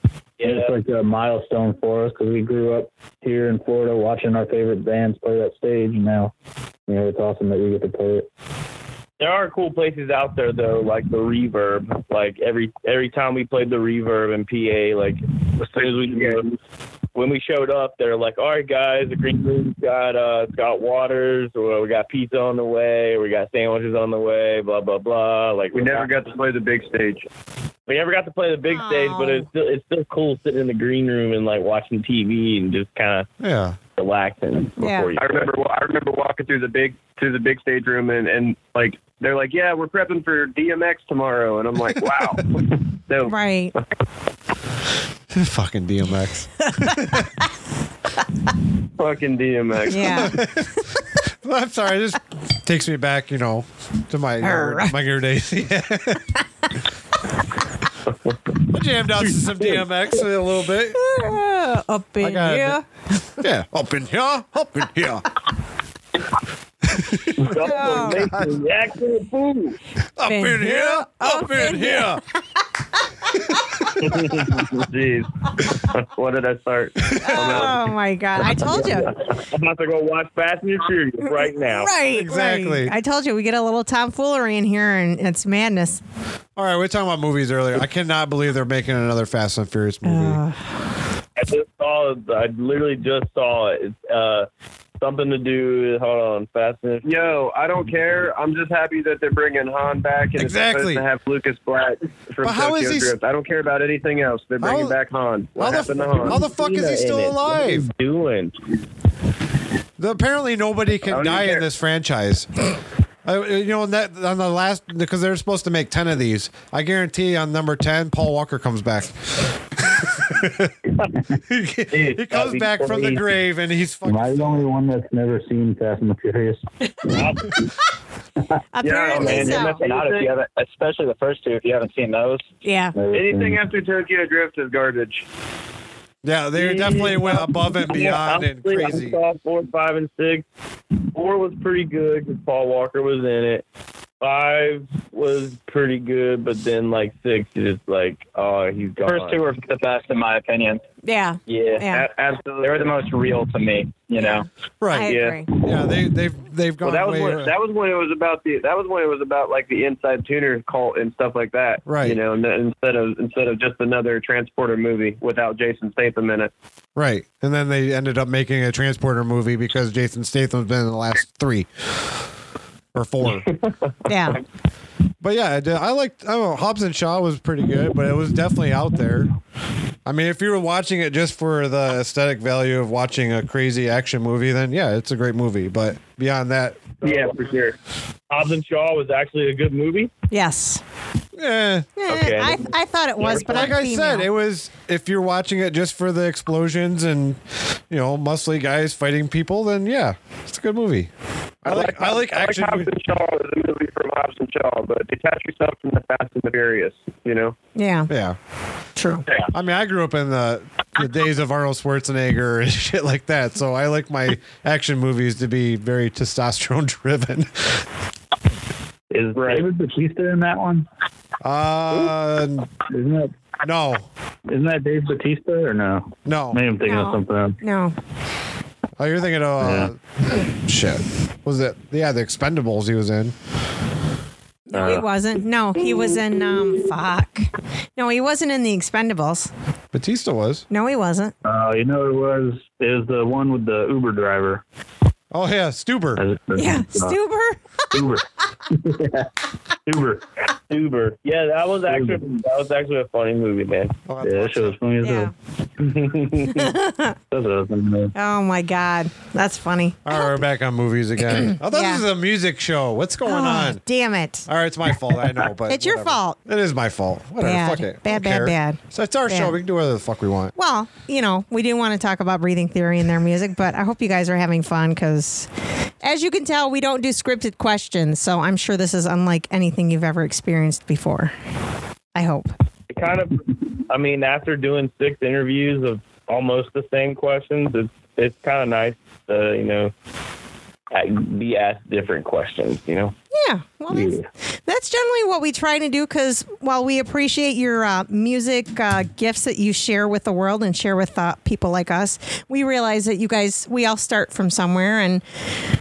[SPEAKER 8] And It's like a milestone for us because we grew up here in Florida watching our favorite bands play that stage, and now, you know, it's awesome that we get to play it.
[SPEAKER 6] There are cool places out there though, like the Reverb. Like every every time we played the Reverb in PA, like as soon as we when we showed up, they're like, "All right, guys, the green room's got uh got waters, or we got pizza on the way, or we got sandwiches on the way, blah blah blah." Like we never got to play the big stage. We never got to play the big stage, but it's still it's still cool sitting in the green room and like watching TV and just kind of
[SPEAKER 4] Yeah.
[SPEAKER 6] relaxing
[SPEAKER 5] Yeah. before
[SPEAKER 6] you. I remember I remember walking through the big through the big stage room and and like they're like, yeah, we're prepping for DMX tomorrow, and I'm like, wow. so
[SPEAKER 5] right
[SPEAKER 4] Fucking DMX.
[SPEAKER 6] fucking DMX.
[SPEAKER 5] yeah
[SPEAKER 4] I'm sorry. It just takes me back, you know, to my
[SPEAKER 5] Arr.
[SPEAKER 4] my younger days. Yeah. I jammed out to some DMX a little bit.
[SPEAKER 5] Uh, up
[SPEAKER 4] I
[SPEAKER 5] in
[SPEAKER 4] got it.
[SPEAKER 5] here.
[SPEAKER 4] Yeah, up in here, up in here.
[SPEAKER 5] Oh,
[SPEAKER 4] Up in,
[SPEAKER 5] In
[SPEAKER 4] here,
[SPEAKER 5] here,
[SPEAKER 4] up in here.
[SPEAKER 6] Jeez, what did I start?
[SPEAKER 5] oh my god! I told you.
[SPEAKER 2] I'm about to go watch Fast and Furious right now.
[SPEAKER 5] Right.
[SPEAKER 4] Exactly.
[SPEAKER 5] right. I told you we get a little tomfoolery in here, and it's madness.
[SPEAKER 4] All right, we were talking about movies earlier. I cannot believe they're making another Fast and Furious movie.
[SPEAKER 5] Uh,
[SPEAKER 2] I just saw. I literally just saw it. It's, uh, something to do. Hold on, Fast and
[SPEAKER 6] Yo, I don't care. I'm just happy that they're bringing Han back and
[SPEAKER 4] Exactly.
[SPEAKER 6] it's supposed to have Lucas Black from
[SPEAKER 4] But how
[SPEAKER 6] Tokyo
[SPEAKER 4] is he s-
[SPEAKER 6] Drift. I don't care about anything else. They're
[SPEAKER 4] How-
[SPEAKER 6] bringing back Han. What
[SPEAKER 4] how,
[SPEAKER 6] happened
[SPEAKER 4] the,
[SPEAKER 6] to Han?
[SPEAKER 4] how the fuck is he
[SPEAKER 2] Cena
[SPEAKER 4] still
[SPEAKER 2] in it. What are
[SPEAKER 4] alive?
[SPEAKER 2] you doing?
[SPEAKER 4] The- apparently, nobody
[SPEAKER 6] I
[SPEAKER 4] can
[SPEAKER 6] don't even
[SPEAKER 4] die in
[SPEAKER 6] care.
[SPEAKER 4] this franchise. I, uh, you know, on that on the last because they're supposed to make ten of these. I guarantee on number ten, Paul Walker comes back. he, he comes back from the grave and he's
[SPEAKER 8] Am
[SPEAKER 4] fucking.
[SPEAKER 8] I the only one that's never seen Fast and the Furious?
[SPEAKER 6] Yeah,
[SPEAKER 7] man,
[SPEAKER 5] apparently
[SPEAKER 6] man,
[SPEAKER 7] you're
[SPEAKER 5] so.
[SPEAKER 7] missing out if you haven't, especially the first two. If you haven't seen those,
[SPEAKER 5] Yeah.
[SPEAKER 8] Never
[SPEAKER 6] Anything
[SPEAKER 8] seen.
[SPEAKER 6] after Tokyo Drift is garbage.
[SPEAKER 4] Yeah, they definitely went above and beyond and
[SPEAKER 2] Honestly, I
[SPEAKER 4] crazy.
[SPEAKER 2] saw four, five, and six. Four was pretty good because Paul Walker was in it. Five was pretty good, but then like six, it's like, oh, he's gone.
[SPEAKER 7] first two were the best in my opinion.
[SPEAKER 5] Yeah.
[SPEAKER 7] Yeah,
[SPEAKER 5] Yeah.
[SPEAKER 6] A- absolutely.
[SPEAKER 7] they were the most real to me. You know,
[SPEAKER 5] I
[SPEAKER 4] Right?
[SPEAKER 6] yeah.
[SPEAKER 5] agree.
[SPEAKER 4] Yeah, they they've they've
[SPEAKER 6] Well,
[SPEAKER 4] gone
[SPEAKER 6] that was
[SPEAKER 4] way.
[SPEAKER 6] when, that was when it was about the that was when it was about like the inside tuner cult and stuff like that.
[SPEAKER 4] Right.
[SPEAKER 6] You know, and that- instead of instead of just another transporter movie without Jason Statham in it.
[SPEAKER 4] Right. And then they ended up making a transporter movie because Jason Statham's been in the last three or four.
[SPEAKER 5] Yeah.
[SPEAKER 4] but yeah, I, did- I liked, I don't know, Hobbs and Shaw was pretty good, but it was definitely out there. I mean, if you were watching it just for the aesthetic value of watching a crazy action movie, then yeah, it's a great movie. But beyond that,
[SPEAKER 6] Yeah, for sure.
[SPEAKER 2] Hobbs and Shaw was actually a good movie.
[SPEAKER 5] Yes.
[SPEAKER 4] eh.
[SPEAKER 5] Eh,
[SPEAKER 2] Okay.
[SPEAKER 5] I, I thought it was, but
[SPEAKER 4] like
[SPEAKER 5] I'm
[SPEAKER 4] I said,
[SPEAKER 5] female.
[SPEAKER 4] it was if you're watching it just for the explosions and you know muscly guys fighting people, then yeah, it's a good movie. I like I like action.
[SPEAKER 6] I like
[SPEAKER 4] movies.
[SPEAKER 6] Hobbs and Shaw as a movie from Hobbs and Shaw, but detach yourself from the Fast and the Furious. You know,
[SPEAKER 5] yeah.
[SPEAKER 4] Yeah.
[SPEAKER 5] True.
[SPEAKER 4] I mean, I grew up in the, the days of Arnold Schwarzenegger and shit like that. So I like my action movies to be very testosterone driven.
[SPEAKER 2] Is right.
[SPEAKER 8] David Batista in that one?
[SPEAKER 4] Uh,
[SPEAKER 8] Isn't that
[SPEAKER 4] no,
[SPEAKER 8] isn't that Dave Batista or no?
[SPEAKER 4] no.
[SPEAKER 8] Maybe I'm thinking
[SPEAKER 5] No.
[SPEAKER 8] of something else.
[SPEAKER 5] No.
[SPEAKER 4] Oh, you're thinking of uh, shit. Was it? Yeah, the Expendables he was in.
[SPEAKER 5] No, he wasn't. No, he was in um fuck. No, he wasn't in the Expendables.
[SPEAKER 4] Batista was.
[SPEAKER 5] No, he wasn't.
[SPEAKER 8] Oh, you know it was it was the one with the Uber driver.
[SPEAKER 4] Oh yeah,
[SPEAKER 8] Uh,
[SPEAKER 4] Stuber.
[SPEAKER 5] Yeah. Stuber.
[SPEAKER 8] Uber. Uber.
[SPEAKER 2] Uber. Yeah, that was actually that was actually a funny movie, man.
[SPEAKER 4] Oh,
[SPEAKER 8] Yeah, that shit was funny as
[SPEAKER 5] Yeah.
[SPEAKER 8] hell. That's what I was thinking of.
[SPEAKER 5] Oh my god. That's funny.
[SPEAKER 4] All right, we're back on movies again. I thought
[SPEAKER 5] Yeah.
[SPEAKER 4] this was a music show. What's going
[SPEAKER 5] Oh,
[SPEAKER 4] on?
[SPEAKER 5] Damn it.
[SPEAKER 4] All right, it's my fault. I know, but
[SPEAKER 5] It's your
[SPEAKER 4] whatever.
[SPEAKER 5] fault.
[SPEAKER 4] It is my fault. Whatever.
[SPEAKER 5] Bad.
[SPEAKER 4] Fuck it. I
[SPEAKER 5] Bad,
[SPEAKER 4] don't
[SPEAKER 5] bad,
[SPEAKER 4] care.
[SPEAKER 5] bad.
[SPEAKER 4] So it's our
[SPEAKER 5] Bad.
[SPEAKER 4] show. We can do whatever the fuck we want.
[SPEAKER 5] Well, you know, we didn't want to talk about breathing theory and their music, but I hope you guys are having fun because, as you can tell, we don't do scripted questions. So I'm sure this is unlike anything you've ever experienced before. I hope.
[SPEAKER 2] It kind of, I mean, after doing six interviews of almost the same questions, it's it's kind of nice to you know be asked different questions. You know,
[SPEAKER 5] Yeah. Well, that's, that's generally what we try to do because while we appreciate your uh, music uh, gifts that you share with the world and share with uh, people like us, we realize that you guys, we all start from somewhere and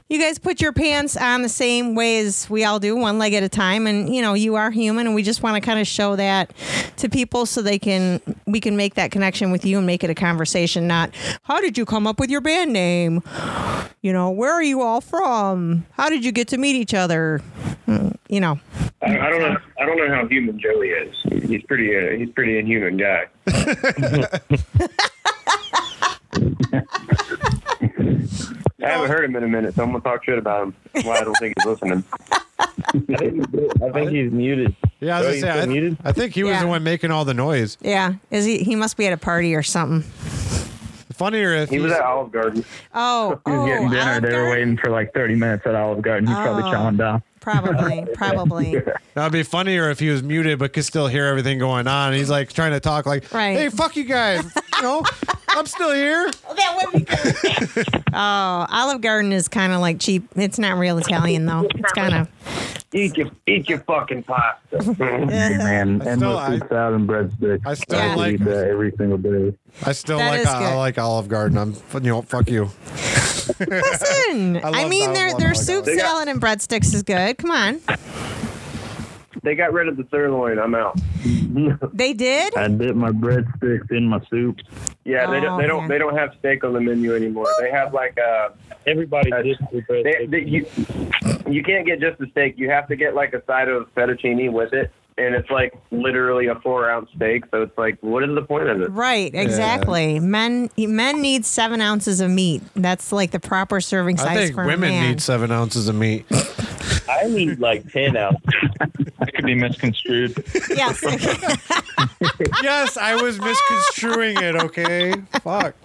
[SPEAKER 5] you guys put your pants on the same way as we all do, one leg at a time. And, you know, you are human and we just want to kind of show that to people so they can, we can make that connection with you and make it a conversation, not how did you come up with your band name? You know, where are you all from? How did you get to meet each other? you know.
[SPEAKER 6] I, I don't know. I don't know how human Joey is. He's pretty. Uh, he's pretty inhuman guy. I haven't heard him in a minute, so I'm gonna talk shit about him. That's Why I don't think he's listening.
[SPEAKER 2] I think, I think he's muted.
[SPEAKER 4] Yeah, I was
[SPEAKER 2] Oh,
[SPEAKER 4] gonna
[SPEAKER 2] you
[SPEAKER 4] say, I,
[SPEAKER 2] still muted?
[SPEAKER 4] I think he was
[SPEAKER 5] Yeah.
[SPEAKER 4] the one making all the noise.
[SPEAKER 5] Yeah. Is he he must be at a party or something.
[SPEAKER 4] Funnier if
[SPEAKER 6] He was
[SPEAKER 4] he's-
[SPEAKER 6] at Olive Garden.
[SPEAKER 5] Oh,
[SPEAKER 8] He was
[SPEAKER 5] oh
[SPEAKER 8] getting dinner.
[SPEAKER 5] Olive
[SPEAKER 8] They were
[SPEAKER 5] Garden?
[SPEAKER 8] waiting for like 30 minutes at Olive Garden. He's probably
[SPEAKER 5] Oh.
[SPEAKER 8] chowing down.
[SPEAKER 5] Probably, probably.
[SPEAKER 4] That'd be funnier if he was muted but could still hear everything going on. He's like trying to talk like,
[SPEAKER 5] Right.
[SPEAKER 4] "Hey, fuck you guys. you know, I'm still here."
[SPEAKER 5] Oh, Olive Garden is kind of like cheap. It's not real Italian though. It's kind of
[SPEAKER 6] Eat your eat your fucking pasta.
[SPEAKER 8] man.
[SPEAKER 4] I
[SPEAKER 8] And
[SPEAKER 4] still-
[SPEAKER 8] the pizza out and breadsticks.
[SPEAKER 4] I still
[SPEAKER 5] Yeah.
[SPEAKER 4] like-
[SPEAKER 8] eat that every single day.
[SPEAKER 4] I still
[SPEAKER 5] That
[SPEAKER 4] like
[SPEAKER 5] is
[SPEAKER 4] I,
[SPEAKER 5] good.
[SPEAKER 4] like Olive Garden. I'm you know, fuck you.
[SPEAKER 5] listen.
[SPEAKER 4] I love
[SPEAKER 5] I, mean,
[SPEAKER 4] that. Oh I
[SPEAKER 5] their
[SPEAKER 4] love
[SPEAKER 5] their
[SPEAKER 4] Olive
[SPEAKER 5] soup
[SPEAKER 6] Garden.
[SPEAKER 5] salad and breadsticks is good. Come on,
[SPEAKER 6] they got rid of the sirloin. I'm out.
[SPEAKER 5] they did.
[SPEAKER 8] I dip my breadsticks in my soup.
[SPEAKER 6] Yeah, they
[SPEAKER 5] Oh,
[SPEAKER 6] don't. They don't.
[SPEAKER 5] man.
[SPEAKER 6] They don't have steak on the menu anymore. They have like a.
[SPEAKER 7] Everybody
[SPEAKER 6] dips They, they, you you can't get just a steak. You have to get like a side of fettuccine with it, and it's like literally a four ounce steak. So it's like, what is the point of it?
[SPEAKER 5] Right, exactly. Men men need seven ounces of meat. That's like the proper serving size
[SPEAKER 4] I think
[SPEAKER 5] for
[SPEAKER 4] women
[SPEAKER 5] a man.
[SPEAKER 4] need seven ounces of meat.
[SPEAKER 7] I need like ten out. that could be misconstrued.
[SPEAKER 5] Yes.
[SPEAKER 4] yes, I was misconstruing it. Okay, fuck.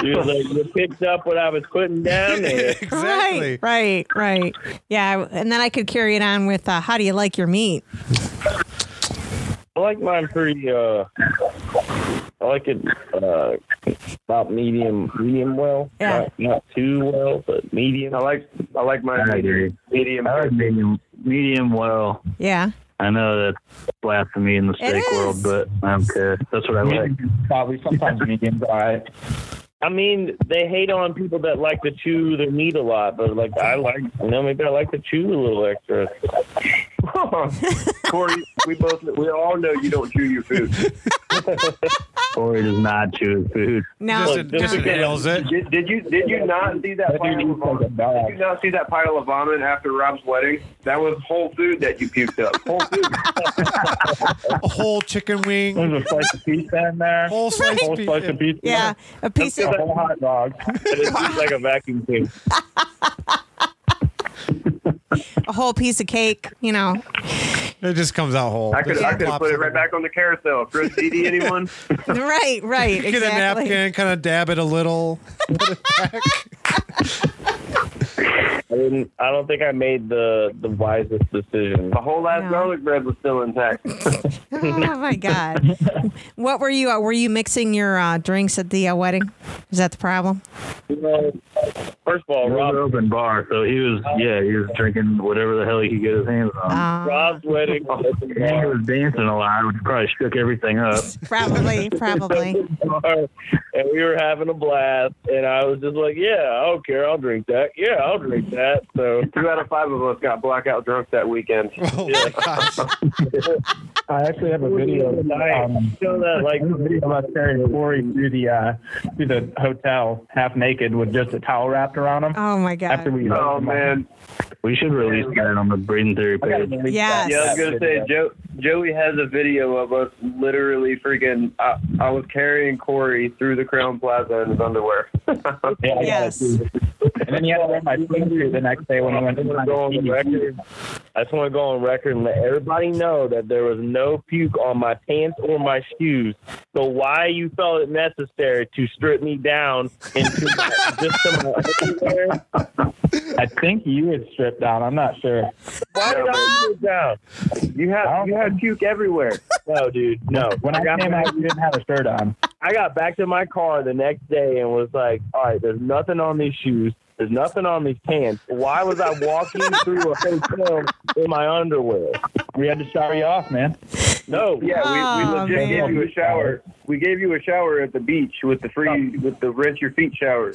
[SPEAKER 7] He was like, "You picked up what I was putting down." There.
[SPEAKER 4] exactly.
[SPEAKER 5] Right, right, right. Yeah, and then I could carry it on with uh, how do you like your meat?
[SPEAKER 7] I like mine pretty. Uh,
[SPEAKER 2] I like it uh, about medium, medium well.
[SPEAKER 5] Yeah.
[SPEAKER 2] Not, not too well, but medium.
[SPEAKER 6] I like I like my
[SPEAKER 8] I agree.
[SPEAKER 6] medium.
[SPEAKER 8] I like medium, medium well.
[SPEAKER 5] Yeah.
[SPEAKER 8] I know that's blasphemy in the steak
[SPEAKER 5] is.
[SPEAKER 8] world, but I don't care. That's what I like.
[SPEAKER 7] probably sometimes mediums. All right.
[SPEAKER 2] I mean, they hate on people that like to chew their meat a lot, but like I like, you know, maybe I like to chew a little extra.
[SPEAKER 6] Corey, we both we all know you don't chew your food.
[SPEAKER 8] Corey does not chew food.
[SPEAKER 5] No.
[SPEAKER 4] Just, just
[SPEAKER 5] no.
[SPEAKER 4] inhales it.
[SPEAKER 6] Did, did you did you not see that pile of vomit? Did you not see that pile of vomit after Rob's wedding? That was whole food that you puked up. Whole food.
[SPEAKER 4] A whole chicken wing,
[SPEAKER 7] There's a slice of pizza in there.
[SPEAKER 4] whole slice
[SPEAKER 7] Whole
[SPEAKER 4] of
[SPEAKER 7] slice of
[SPEAKER 4] pizza.
[SPEAKER 7] pizza.
[SPEAKER 5] Yeah, a piece of
[SPEAKER 7] A whole hot dog. It's just like a vacuum tube.
[SPEAKER 5] a whole piece of cake, you know.
[SPEAKER 4] It just comes out whole.
[SPEAKER 6] I could
[SPEAKER 4] Just
[SPEAKER 6] I could
[SPEAKER 4] plops
[SPEAKER 6] put it
[SPEAKER 4] in.
[SPEAKER 6] right back on the carousel. Chris, CD anyone?
[SPEAKER 5] Right, right.
[SPEAKER 4] Get a
[SPEAKER 5] exactly.
[SPEAKER 4] napkin, kind of dab it a little.
[SPEAKER 2] I didn't. I don't think I made the the wisest decision.
[SPEAKER 6] The whole ass
[SPEAKER 5] No.
[SPEAKER 6] garlic bread was still intact.
[SPEAKER 5] Oh my god. what were you uh, were you mixing your uh, drinks at the uh, wedding? Is that the problem?
[SPEAKER 2] You know, first of all,
[SPEAKER 8] It was an
[SPEAKER 2] Rob,
[SPEAKER 8] open bar, so he was yeah, he was drinking whatever the hell he could get his hands on.
[SPEAKER 5] Uh,
[SPEAKER 2] Rob's wedding.
[SPEAKER 8] and he was dancing a lot, which probably shook everything up.
[SPEAKER 5] probably, probably.
[SPEAKER 2] bar, and we were having a blast. And I was just like, "Yeah, I don't care. I'll drink that. Yeah, I'll drink that." So
[SPEAKER 6] Two out of five of us got blackout drunk that weekend.
[SPEAKER 4] Oh my gosh.
[SPEAKER 9] I actually have a video. Um,
[SPEAKER 2] show that like
[SPEAKER 9] I have a video of us carrying Corey through the uh, through the hotel half naked with just a towel wrapped around him.
[SPEAKER 5] Oh my
[SPEAKER 9] after
[SPEAKER 5] god.
[SPEAKER 9] we
[SPEAKER 6] Oh man.
[SPEAKER 8] We should release that on the breeding theory page.
[SPEAKER 5] Yes.
[SPEAKER 6] Yeah, I was gonna say Joe, Joey has a video of us literally freaking. I, I was carrying Corey through the Crown Plaza in his underwear.
[SPEAKER 9] Yeah, I got it.
[SPEAKER 5] Yes.
[SPEAKER 9] And then he had to wear my swimsuit the next day when he went to my
[SPEAKER 2] go on the record. I just want to go on record and let everybody know that there was no puke on my pants or my shoes. So why you felt it necessary to strip me down into my, just to my underwear?
[SPEAKER 9] I think you had stripped down. I'm not sure.
[SPEAKER 2] Why did I strip down?
[SPEAKER 6] You had you had puke everywhere.
[SPEAKER 2] No, dude, no.
[SPEAKER 9] When I
[SPEAKER 2] got
[SPEAKER 9] came
[SPEAKER 2] back,
[SPEAKER 9] out, you didn't have a shirt on.
[SPEAKER 2] I got back to my car the next day and was like, "All right, there's nothing on these shoes." There's nothing on these pants. Why was I walking through a hotel in my underwear?
[SPEAKER 9] We had to shower you off, man.
[SPEAKER 2] No,
[SPEAKER 6] Yeah, we, we
[SPEAKER 5] Oh,
[SPEAKER 6] legit
[SPEAKER 5] man.
[SPEAKER 6] gave you a shower. We gave you a shower at the beach with the free
[SPEAKER 5] Oh.
[SPEAKER 6] with the rinse your feet shower.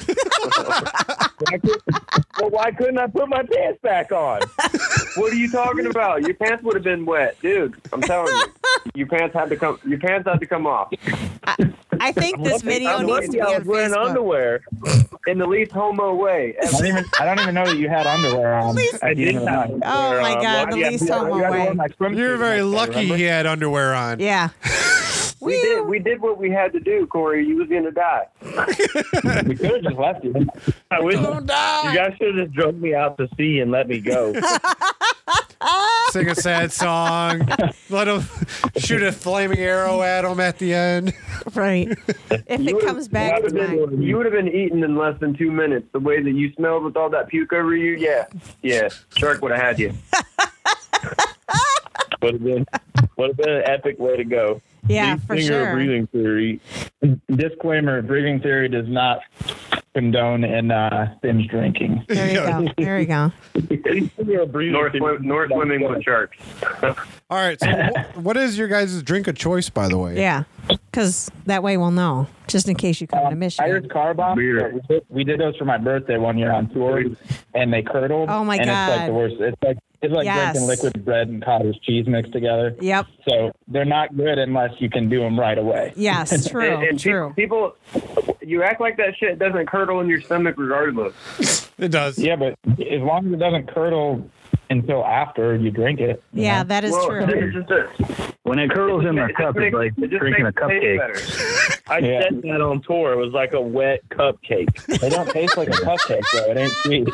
[SPEAKER 2] Well, why couldn't I put my pants back on?
[SPEAKER 6] what are you talking about? Your pants would have been wet, dude. I'm telling you, your pants had to come. Your pants had to come off.
[SPEAKER 5] I think this video
[SPEAKER 2] I'm
[SPEAKER 5] needs to
[SPEAKER 2] lucky
[SPEAKER 5] be
[SPEAKER 2] I
[SPEAKER 5] on
[SPEAKER 2] was wearing
[SPEAKER 5] Facebook.
[SPEAKER 2] underwear.
[SPEAKER 6] In the least homo way.
[SPEAKER 9] I don't even I don't even know that you had underwear on.
[SPEAKER 5] Please.
[SPEAKER 9] I didn't know.
[SPEAKER 5] Oh my
[SPEAKER 2] Um,
[SPEAKER 5] god, the
[SPEAKER 2] yeah,
[SPEAKER 5] least
[SPEAKER 9] You had
[SPEAKER 5] homo
[SPEAKER 9] to wear
[SPEAKER 5] way.
[SPEAKER 9] my swimsuit
[SPEAKER 4] You're very
[SPEAKER 9] the next
[SPEAKER 4] lucky
[SPEAKER 9] day,
[SPEAKER 4] he
[SPEAKER 9] remember?
[SPEAKER 4] had underwear on.
[SPEAKER 5] Yeah.
[SPEAKER 6] We did. We did what we had to do, Corey. You was gonna die.
[SPEAKER 9] We could have just left you.
[SPEAKER 2] I
[SPEAKER 5] Oh,
[SPEAKER 2] wish you guys should have just drug me out to sea and let me go.
[SPEAKER 4] sing a sad song, let him shoot a flaming arrow at him at the end.
[SPEAKER 5] Right. If it comes back,
[SPEAKER 6] You
[SPEAKER 5] it's
[SPEAKER 6] would have
[SPEAKER 5] mine.
[SPEAKER 6] been, you would've been eaten in less than two minutes. The way that you smelled with all that puke over you, yeah, yeah, shark would have had you.
[SPEAKER 7] Would have been, would have been an epic way to go.
[SPEAKER 5] Yeah,
[SPEAKER 10] lead
[SPEAKER 5] for
[SPEAKER 10] singer of
[SPEAKER 5] sure.
[SPEAKER 10] breathing theory.
[SPEAKER 9] Disclaimer: Breathing theory does not condone in uh, binge drinking.
[SPEAKER 5] There you go. There you go.
[SPEAKER 10] Lead singer of breathing
[SPEAKER 6] North,
[SPEAKER 10] theory.
[SPEAKER 6] swim, north swimming with sharks.
[SPEAKER 4] All right. So, wh- what is your guys' drink of choice, by the way?
[SPEAKER 5] Yeah, because that way we'll know, just in case you come to
[SPEAKER 9] Um, Irish
[SPEAKER 5] Michigan.
[SPEAKER 9] car bombs.
[SPEAKER 6] Beer.
[SPEAKER 9] We did, we did those for my birthday one year on tour, and they curdled.
[SPEAKER 5] Oh, my
[SPEAKER 9] and It's like
[SPEAKER 5] God.
[SPEAKER 9] the worst. It's like it's like
[SPEAKER 5] Yes.
[SPEAKER 9] drinking liquid bread and cottage cheese mixed together.
[SPEAKER 5] Yep.
[SPEAKER 9] So they're not good unless you can do them right away.
[SPEAKER 5] Yes. True.
[SPEAKER 6] and and pe-
[SPEAKER 5] true.
[SPEAKER 6] people, you act like that shit doesn't curdle in your stomach regardless.
[SPEAKER 4] It does.
[SPEAKER 9] Yeah, but as long as it doesn't curdle until after you drink it. you
[SPEAKER 5] Yeah,
[SPEAKER 9] know?
[SPEAKER 5] that is
[SPEAKER 6] well,
[SPEAKER 5] true.
[SPEAKER 6] it's just a,
[SPEAKER 3] When it curls in my
[SPEAKER 6] it
[SPEAKER 3] cup,
[SPEAKER 6] just
[SPEAKER 3] it's
[SPEAKER 6] makes-
[SPEAKER 3] like
[SPEAKER 6] it just
[SPEAKER 3] drinking a
[SPEAKER 6] makes it
[SPEAKER 3] cupcake.
[SPEAKER 6] taste better.
[SPEAKER 10] I
[SPEAKER 9] Yeah.
[SPEAKER 10] said that on tour. It was like a wet cupcake.
[SPEAKER 9] They don't taste like a cupcake though. It ain't sweet.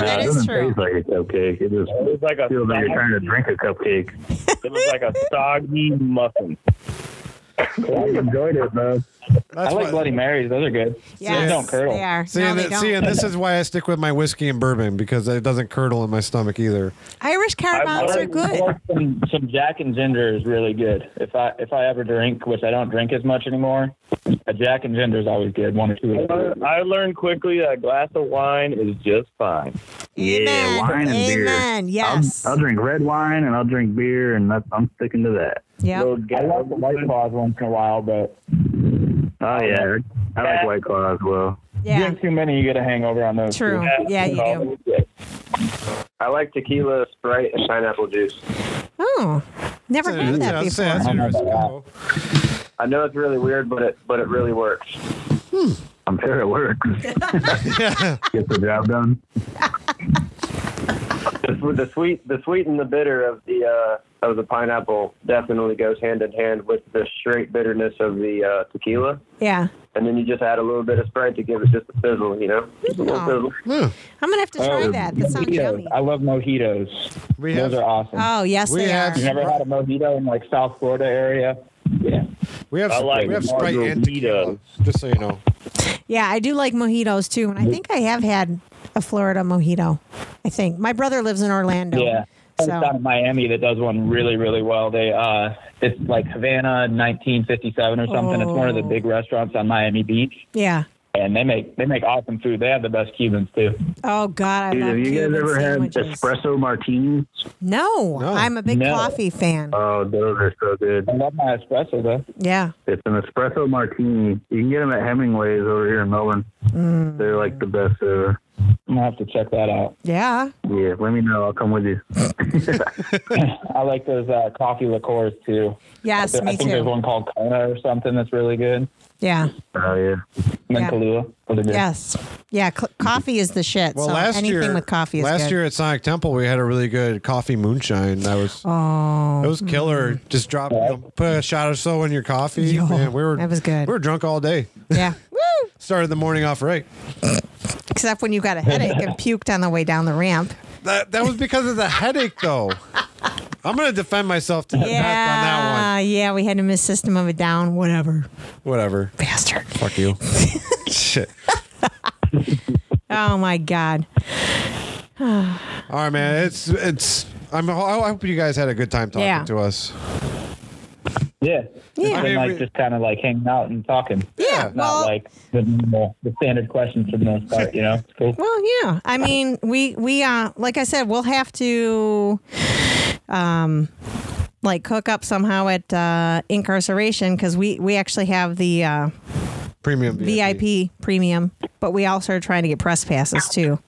[SPEAKER 3] Nah,
[SPEAKER 5] that
[SPEAKER 3] it
[SPEAKER 5] is
[SPEAKER 3] doesn't
[SPEAKER 5] true.
[SPEAKER 3] taste like a cupcake. It just
[SPEAKER 10] It was like a
[SPEAKER 3] feels like you're
[SPEAKER 10] soggy,
[SPEAKER 3] trying to drink a cupcake.
[SPEAKER 10] it was like a soggy muffin.
[SPEAKER 8] I enjoyed it, though.
[SPEAKER 4] That's
[SPEAKER 9] I like
[SPEAKER 4] why-
[SPEAKER 9] Bloody Marys. Those are good.
[SPEAKER 5] Yes,
[SPEAKER 9] They don't curdle.
[SPEAKER 5] They are.
[SPEAKER 4] See,
[SPEAKER 5] no,
[SPEAKER 4] and
[SPEAKER 5] they
[SPEAKER 4] th-
[SPEAKER 5] don't.
[SPEAKER 4] see, and this is why I stick with my whiskey and bourbon because it doesn't curdle in my stomach either.
[SPEAKER 5] Irish car bombs are
[SPEAKER 9] like- I
[SPEAKER 5] good.
[SPEAKER 9] like Some, some Jack and Ginger is really good. If I if I ever drink, which I don't drink as much anymore, a Jack and Ginger is always good. One or two. Is good.
[SPEAKER 10] I learned quickly that a glass of wine is just fine.
[SPEAKER 5] Amen.
[SPEAKER 3] Yeah, wine and beer.
[SPEAKER 5] Amen. Yes.
[SPEAKER 3] I'll, I'll drink red wine and I'll drink beer, and that's, I'm sticking to that.
[SPEAKER 5] yep.
[SPEAKER 9] I like the White Claws once in a while, but
[SPEAKER 3] Oh yeah, I like White Claw as well.
[SPEAKER 5] Yeah.
[SPEAKER 9] drink too many, you get a hangover on those.
[SPEAKER 5] True.
[SPEAKER 9] too.
[SPEAKER 5] Yeah, you do.
[SPEAKER 6] I like tequila, Sprite, and pineapple juice.
[SPEAKER 5] Oh, never
[SPEAKER 4] That's-
[SPEAKER 5] heard that
[SPEAKER 4] that's- that's
[SPEAKER 5] before.
[SPEAKER 4] interesting.
[SPEAKER 9] Wow.
[SPEAKER 6] I know it's really weird, but it but it really works.
[SPEAKER 3] I'm sure it works.
[SPEAKER 4] Yeah.
[SPEAKER 3] Get the job done.
[SPEAKER 6] The, sw- the sweet, the sweet and the bitter of the uh, of the pineapple definitely goes hand in hand with the straight bitterness of the uh, tequila,
[SPEAKER 5] Yeah.
[SPEAKER 6] and then you just add a little bit of Sprite to give it just a sizzle, you know, Just a little
[SPEAKER 5] Oh.
[SPEAKER 6] sizzle.
[SPEAKER 4] Yeah.
[SPEAKER 5] I'm gonna have to try
[SPEAKER 9] Oh,
[SPEAKER 5] that. That sounds
[SPEAKER 9] mojitos.
[SPEAKER 5] yummy.
[SPEAKER 9] I love mojitos.
[SPEAKER 4] We
[SPEAKER 9] those
[SPEAKER 4] have
[SPEAKER 9] are awesome.
[SPEAKER 5] Oh yes,
[SPEAKER 4] We
[SPEAKER 5] they
[SPEAKER 4] have-
[SPEAKER 9] you
[SPEAKER 5] are.
[SPEAKER 9] never had a mojito in like South Florida area? Yeah.
[SPEAKER 4] we have
[SPEAKER 10] I like
[SPEAKER 4] we have Sprite and tequila,
[SPEAKER 10] margaritas.
[SPEAKER 4] just so you know.
[SPEAKER 5] Yeah, I do like mojitos too, and I think I have had a Florida mojito. I think my brother lives in Orlando.
[SPEAKER 9] Yeah. It's
[SPEAKER 5] So-
[SPEAKER 9] down in Miami that does one really, really well. They uh it's like Havana nineteen fifty seven or something. It's one of the
[SPEAKER 5] Oh.
[SPEAKER 9] big restaurants on Miami Beach.
[SPEAKER 5] Yeah.
[SPEAKER 9] And they make they make awesome food. They have the best Cubans too.
[SPEAKER 5] Oh God, I
[SPEAKER 3] Dude,
[SPEAKER 5] love
[SPEAKER 3] have you
[SPEAKER 5] Cuban
[SPEAKER 3] guys ever had
[SPEAKER 5] sandwiches.
[SPEAKER 3] espresso martinis?
[SPEAKER 5] No,
[SPEAKER 4] No.
[SPEAKER 5] I'm a big
[SPEAKER 9] No.
[SPEAKER 5] coffee fan.
[SPEAKER 3] Oh, those are so good.
[SPEAKER 9] I love my espresso though.
[SPEAKER 5] yeah.
[SPEAKER 3] It's an espresso martini. You can get them at Hemingway's over here in Melbourne.
[SPEAKER 5] Mm.
[SPEAKER 3] They're like the best ever.
[SPEAKER 9] I'm gonna have to check that out.
[SPEAKER 5] Yeah.
[SPEAKER 3] Yeah, let me know. I'll come with you. Oh,
[SPEAKER 9] I like those uh, coffee liqueurs too.
[SPEAKER 5] Yes,
[SPEAKER 9] I
[SPEAKER 5] me
[SPEAKER 9] think there's
[SPEAKER 5] too.
[SPEAKER 9] one called Kona or something that's really good.
[SPEAKER 5] Yeah.
[SPEAKER 3] Oh yeah.
[SPEAKER 9] And then
[SPEAKER 5] Yeah.
[SPEAKER 9] Kahlua. Those are good.
[SPEAKER 5] Yes. Yeah. C- coffee is the shit.
[SPEAKER 4] Well,
[SPEAKER 5] so
[SPEAKER 4] last
[SPEAKER 5] anything
[SPEAKER 4] year,
[SPEAKER 5] with coffee is
[SPEAKER 4] last
[SPEAKER 5] good.
[SPEAKER 4] year at Sonic Temple, we had a really good coffee moonshine. That was
[SPEAKER 5] oh,
[SPEAKER 4] that was killer. Just drop, put a shot or so in your coffee.
[SPEAKER 5] Mm-hmm. Yo,
[SPEAKER 4] Man, we were
[SPEAKER 5] that was good.
[SPEAKER 4] We were drunk all day.
[SPEAKER 5] yeah. Woo!
[SPEAKER 4] Started the morning off right.
[SPEAKER 5] Except when you got a headache and puked on the way down the ramp.
[SPEAKER 4] That that was because of the headache, though. I'm gonna defend myself to the
[SPEAKER 5] Yeah.
[SPEAKER 4] death on that
[SPEAKER 5] Yeah. We had to miss System of a Down. Whatever.
[SPEAKER 4] one. Whatever.
[SPEAKER 5] Bastard.
[SPEAKER 4] Fuck you. Shit.
[SPEAKER 5] Oh my God.
[SPEAKER 4] All right, man. It's it's. I'm. I hope you guys had a good time talking
[SPEAKER 5] Yeah.
[SPEAKER 4] to us.
[SPEAKER 5] Yeah.
[SPEAKER 9] Yeah. It's
[SPEAKER 4] I
[SPEAKER 9] been
[SPEAKER 4] mean,
[SPEAKER 9] like
[SPEAKER 4] we-
[SPEAKER 9] just kind of like hanging out and talking.
[SPEAKER 5] Yeah,
[SPEAKER 9] Not
[SPEAKER 5] well-
[SPEAKER 9] like the normal, the standard questions for the most part, you know? It's cool.
[SPEAKER 5] Well, yeah. I mean, we we uh like I said, we'll have to um like hook up somehow at uh incarceration cuz we we actually have the uh
[SPEAKER 4] Premium VIP.
[SPEAKER 5] VIP premium, but we also are trying to get press passes too.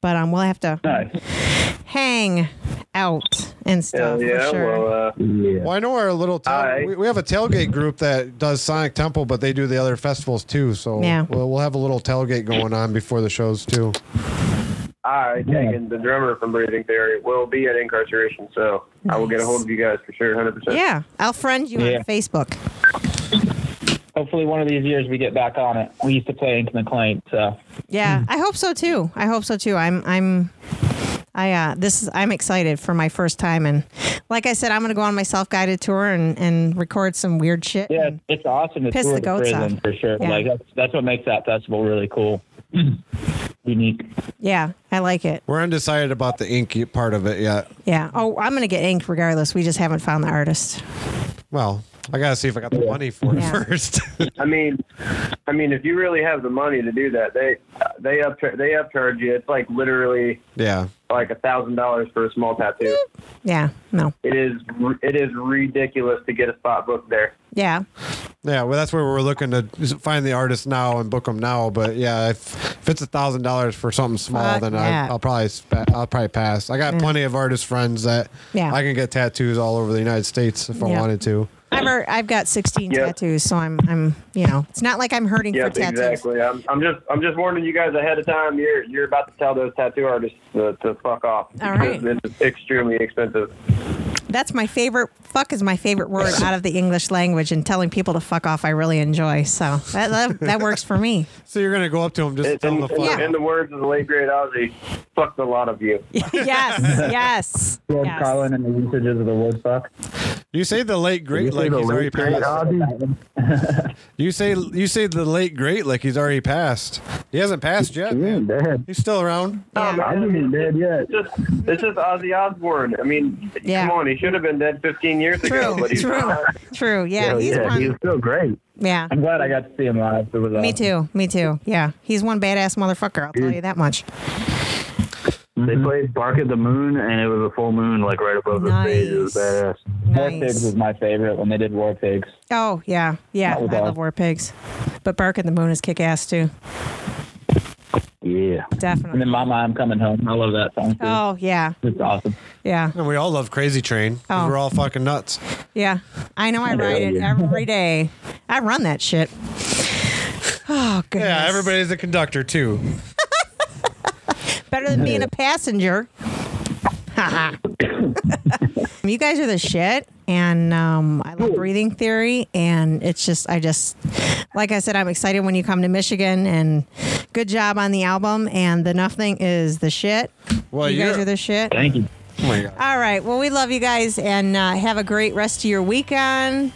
[SPEAKER 5] But um we'll have to
[SPEAKER 9] Nice.
[SPEAKER 5] hang out and stuff
[SPEAKER 6] Hell
[SPEAKER 5] for
[SPEAKER 6] yeah!
[SPEAKER 5] sure.
[SPEAKER 6] Well, uh,
[SPEAKER 4] Well, I know our little tail-
[SPEAKER 6] Hi.
[SPEAKER 4] we, we have a tailgate group that does Sonic Temple, but they do the other festivals too. So
[SPEAKER 5] Yeah.
[SPEAKER 4] we'll, we'll have a little tailgate going on before the shows too.
[SPEAKER 6] I, Kagan, the drummer from Breathing Theory, will be at incarceration, so I will get a hold of you guys for sure, 100%.
[SPEAKER 5] yeah, I'll friend you
[SPEAKER 9] uh, Yeah.
[SPEAKER 5] on Facebook.
[SPEAKER 9] Hopefully, one of these years we get back on it. We used to play Into the Clank, so
[SPEAKER 5] Yeah, I hope so too. I hope so too. I'm I'm I uh, this is I'm excited for my first time, and like I said, I'm gonna go on my self guided tour and and record some weird shit.
[SPEAKER 9] Yeah, it's awesome to
[SPEAKER 5] piss
[SPEAKER 9] tour
[SPEAKER 5] the goats
[SPEAKER 9] prison
[SPEAKER 5] off.
[SPEAKER 9] for sure.
[SPEAKER 5] Yeah.
[SPEAKER 9] Like that's, that's what makes that festival really cool, unique.
[SPEAKER 5] Yeah, I like it.
[SPEAKER 4] We're undecided about the ink part of it yet.
[SPEAKER 5] Yeah. Oh, I'm gonna get inked regardless. We just haven't found the artist.
[SPEAKER 4] Well, I gotta see if I got the money for it first.
[SPEAKER 6] I mean, I mean, if you really have the money to do that, they they up they upcharge you. It's like literally
[SPEAKER 4] yeah.
[SPEAKER 6] like a thousand dollars for a small
[SPEAKER 5] Mm-hmm.
[SPEAKER 6] tattoo.
[SPEAKER 5] Yeah. No.
[SPEAKER 6] It is it is ridiculous to get a spot booked there.
[SPEAKER 5] Yeah.
[SPEAKER 4] Yeah, well, that's where we're looking to find the artist now and book them now. But yeah, if, if it's a thousand dollars for something small,
[SPEAKER 5] Fuck
[SPEAKER 4] then
[SPEAKER 5] that.
[SPEAKER 4] I, I'll probably spa- I'll probably pass. I got
[SPEAKER 5] Yeah.
[SPEAKER 4] plenty of artist friends that
[SPEAKER 5] Yeah.
[SPEAKER 4] I can get tattoos all over the United States if I
[SPEAKER 5] Yeah.
[SPEAKER 4] wanted to.
[SPEAKER 5] I've al- I've got 16 tattoos, so I'm I'm you know it's not like I'm hurting
[SPEAKER 6] Yep,
[SPEAKER 5] for tattoos.
[SPEAKER 6] exactly. I'm, I'm just I'm just warning you guys ahead of time. You're you're about to tell those tattoo artists to, to fuck off.
[SPEAKER 5] All right.
[SPEAKER 6] This is extremely expensive.
[SPEAKER 5] That's my favorite. Fuck is my favorite word out of the English language, and telling people to fuck off I really enjoy. So that that, that works for me.
[SPEAKER 4] So you're gonna go up to them just to tell
[SPEAKER 6] In,
[SPEAKER 4] them to fuck.
[SPEAKER 6] in- in the words of the late great Ozzy, fuck the lot of you.
[SPEAKER 5] yes, yes.
[SPEAKER 8] George
[SPEAKER 5] Yes.
[SPEAKER 8] Carlin and the usages of the word fuck.
[SPEAKER 4] You say the late great like he's already passed. You say you say the late great like he's already passed. He hasn't passed yet. man. He's still around.
[SPEAKER 6] Oh, man, I mean, It's just, it's just Ozzy Osbourne. I mean,
[SPEAKER 5] Yeah.
[SPEAKER 6] come on, he should have been dead 15 years ago, but he's
[SPEAKER 5] True.
[SPEAKER 6] not.
[SPEAKER 5] True. Yeah. he's
[SPEAKER 1] Oh,
[SPEAKER 5] one.
[SPEAKER 8] still great.
[SPEAKER 5] yeah.
[SPEAKER 9] I'm glad I got to see him live. It was uh,
[SPEAKER 5] Me
[SPEAKER 9] awesome.
[SPEAKER 5] too. Me too. Yeah. He's one badass motherfucker. I'll tell you that much.
[SPEAKER 1] They played Bark at the Moon, and it was a full moon, like right above the stage. It was badass.
[SPEAKER 9] War Pigs
[SPEAKER 5] Nice.
[SPEAKER 9] was my favorite when they did War Pigs.
[SPEAKER 5] Oh yeah, yeah. I
[SPEAKER 9] That was
[SPEAKER 5] love
[SPEAKER 9] awesome.
[SPEAKER 5] war pigs, but Bark at the Moon is kick ass too.
[SPEAKER 8] Yeah.
[SPEAKER 9] And
[SPEAKER 5] Definitely.
[SPEAKER 9] then Mama, I'm coming home. I love that song too.
[SPEAKER 5] Oh yeah,
[SPEAKER 9] It's awesome.
[SPEAKER 5] yeah,
[SPEAKER 4] And we all love Crazy Train. 'cause
[SPEAKER 5] Oh.
[SPEAKER 4] We're all fucking nuts.
[SPEAKER 5] yeah. I know. I ride it every day. I run that shit. Oh goodness.
[SPEAKER 4] Yeah, everybody's a conductor too.
[SPEAKER 5] better than being a passenger. Haha. you guys are the shit, and um, I love breathing theory, and it's just I just like I said, I'm excited when you come to Michigan, and good job on the album, and the nothing is the shit.
[SPEAKER 4] Well,
[SPEAKER 5] you guys
[SPEAKER 4] you're-
[SPEAKER 5] are the shit.
[SPEAKER 9] Thank you.
[SPEAKER 4] Oh my god.
[SPEAKER 5] All right, well, we love you guys, and uh, have a great rest of your weekend,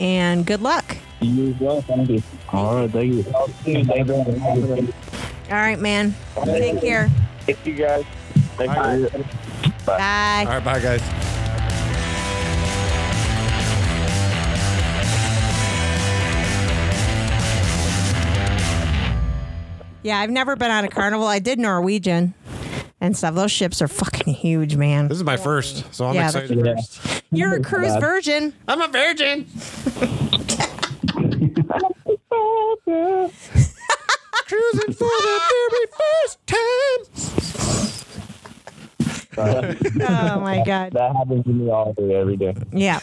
[SPEAKER 5] and good luck.
[SPEAKER 9] You as well. Thank you.
[SPEAKER 8] All right, thank you.
[SPEAKER 9] Thank you.
[SPEAKER 5] All right, man, take care.
[SPEAKER 6] Thank you guys. Thank
[SPEAKER 4] Bye.
[SPEAKER 6] you.
[SPEAKER 5] Bye.
[SPEAKER 4] All right, bye guys.
[SPEAKER 5] Yeah, I've never been on a carnival. I did Norwegian and stuff. Those ships are fucking huge, man.
[SPEAKER 4] This is my first, so I'm
[SPEAKER 5] Yeah, that's
[SPEAKER 4] excited.
[SPEAKER 9] Yeah.
[SPEAKER 5] You're a cruise virgin.
[SPEAKER 4] I'm a virgin. Cruising for the very first time.
[SPEAKER 5] Oh my god. Oh,
[SPEAKER 9] That happens to me all day, every day.
[SPEAKER 5] Yeah.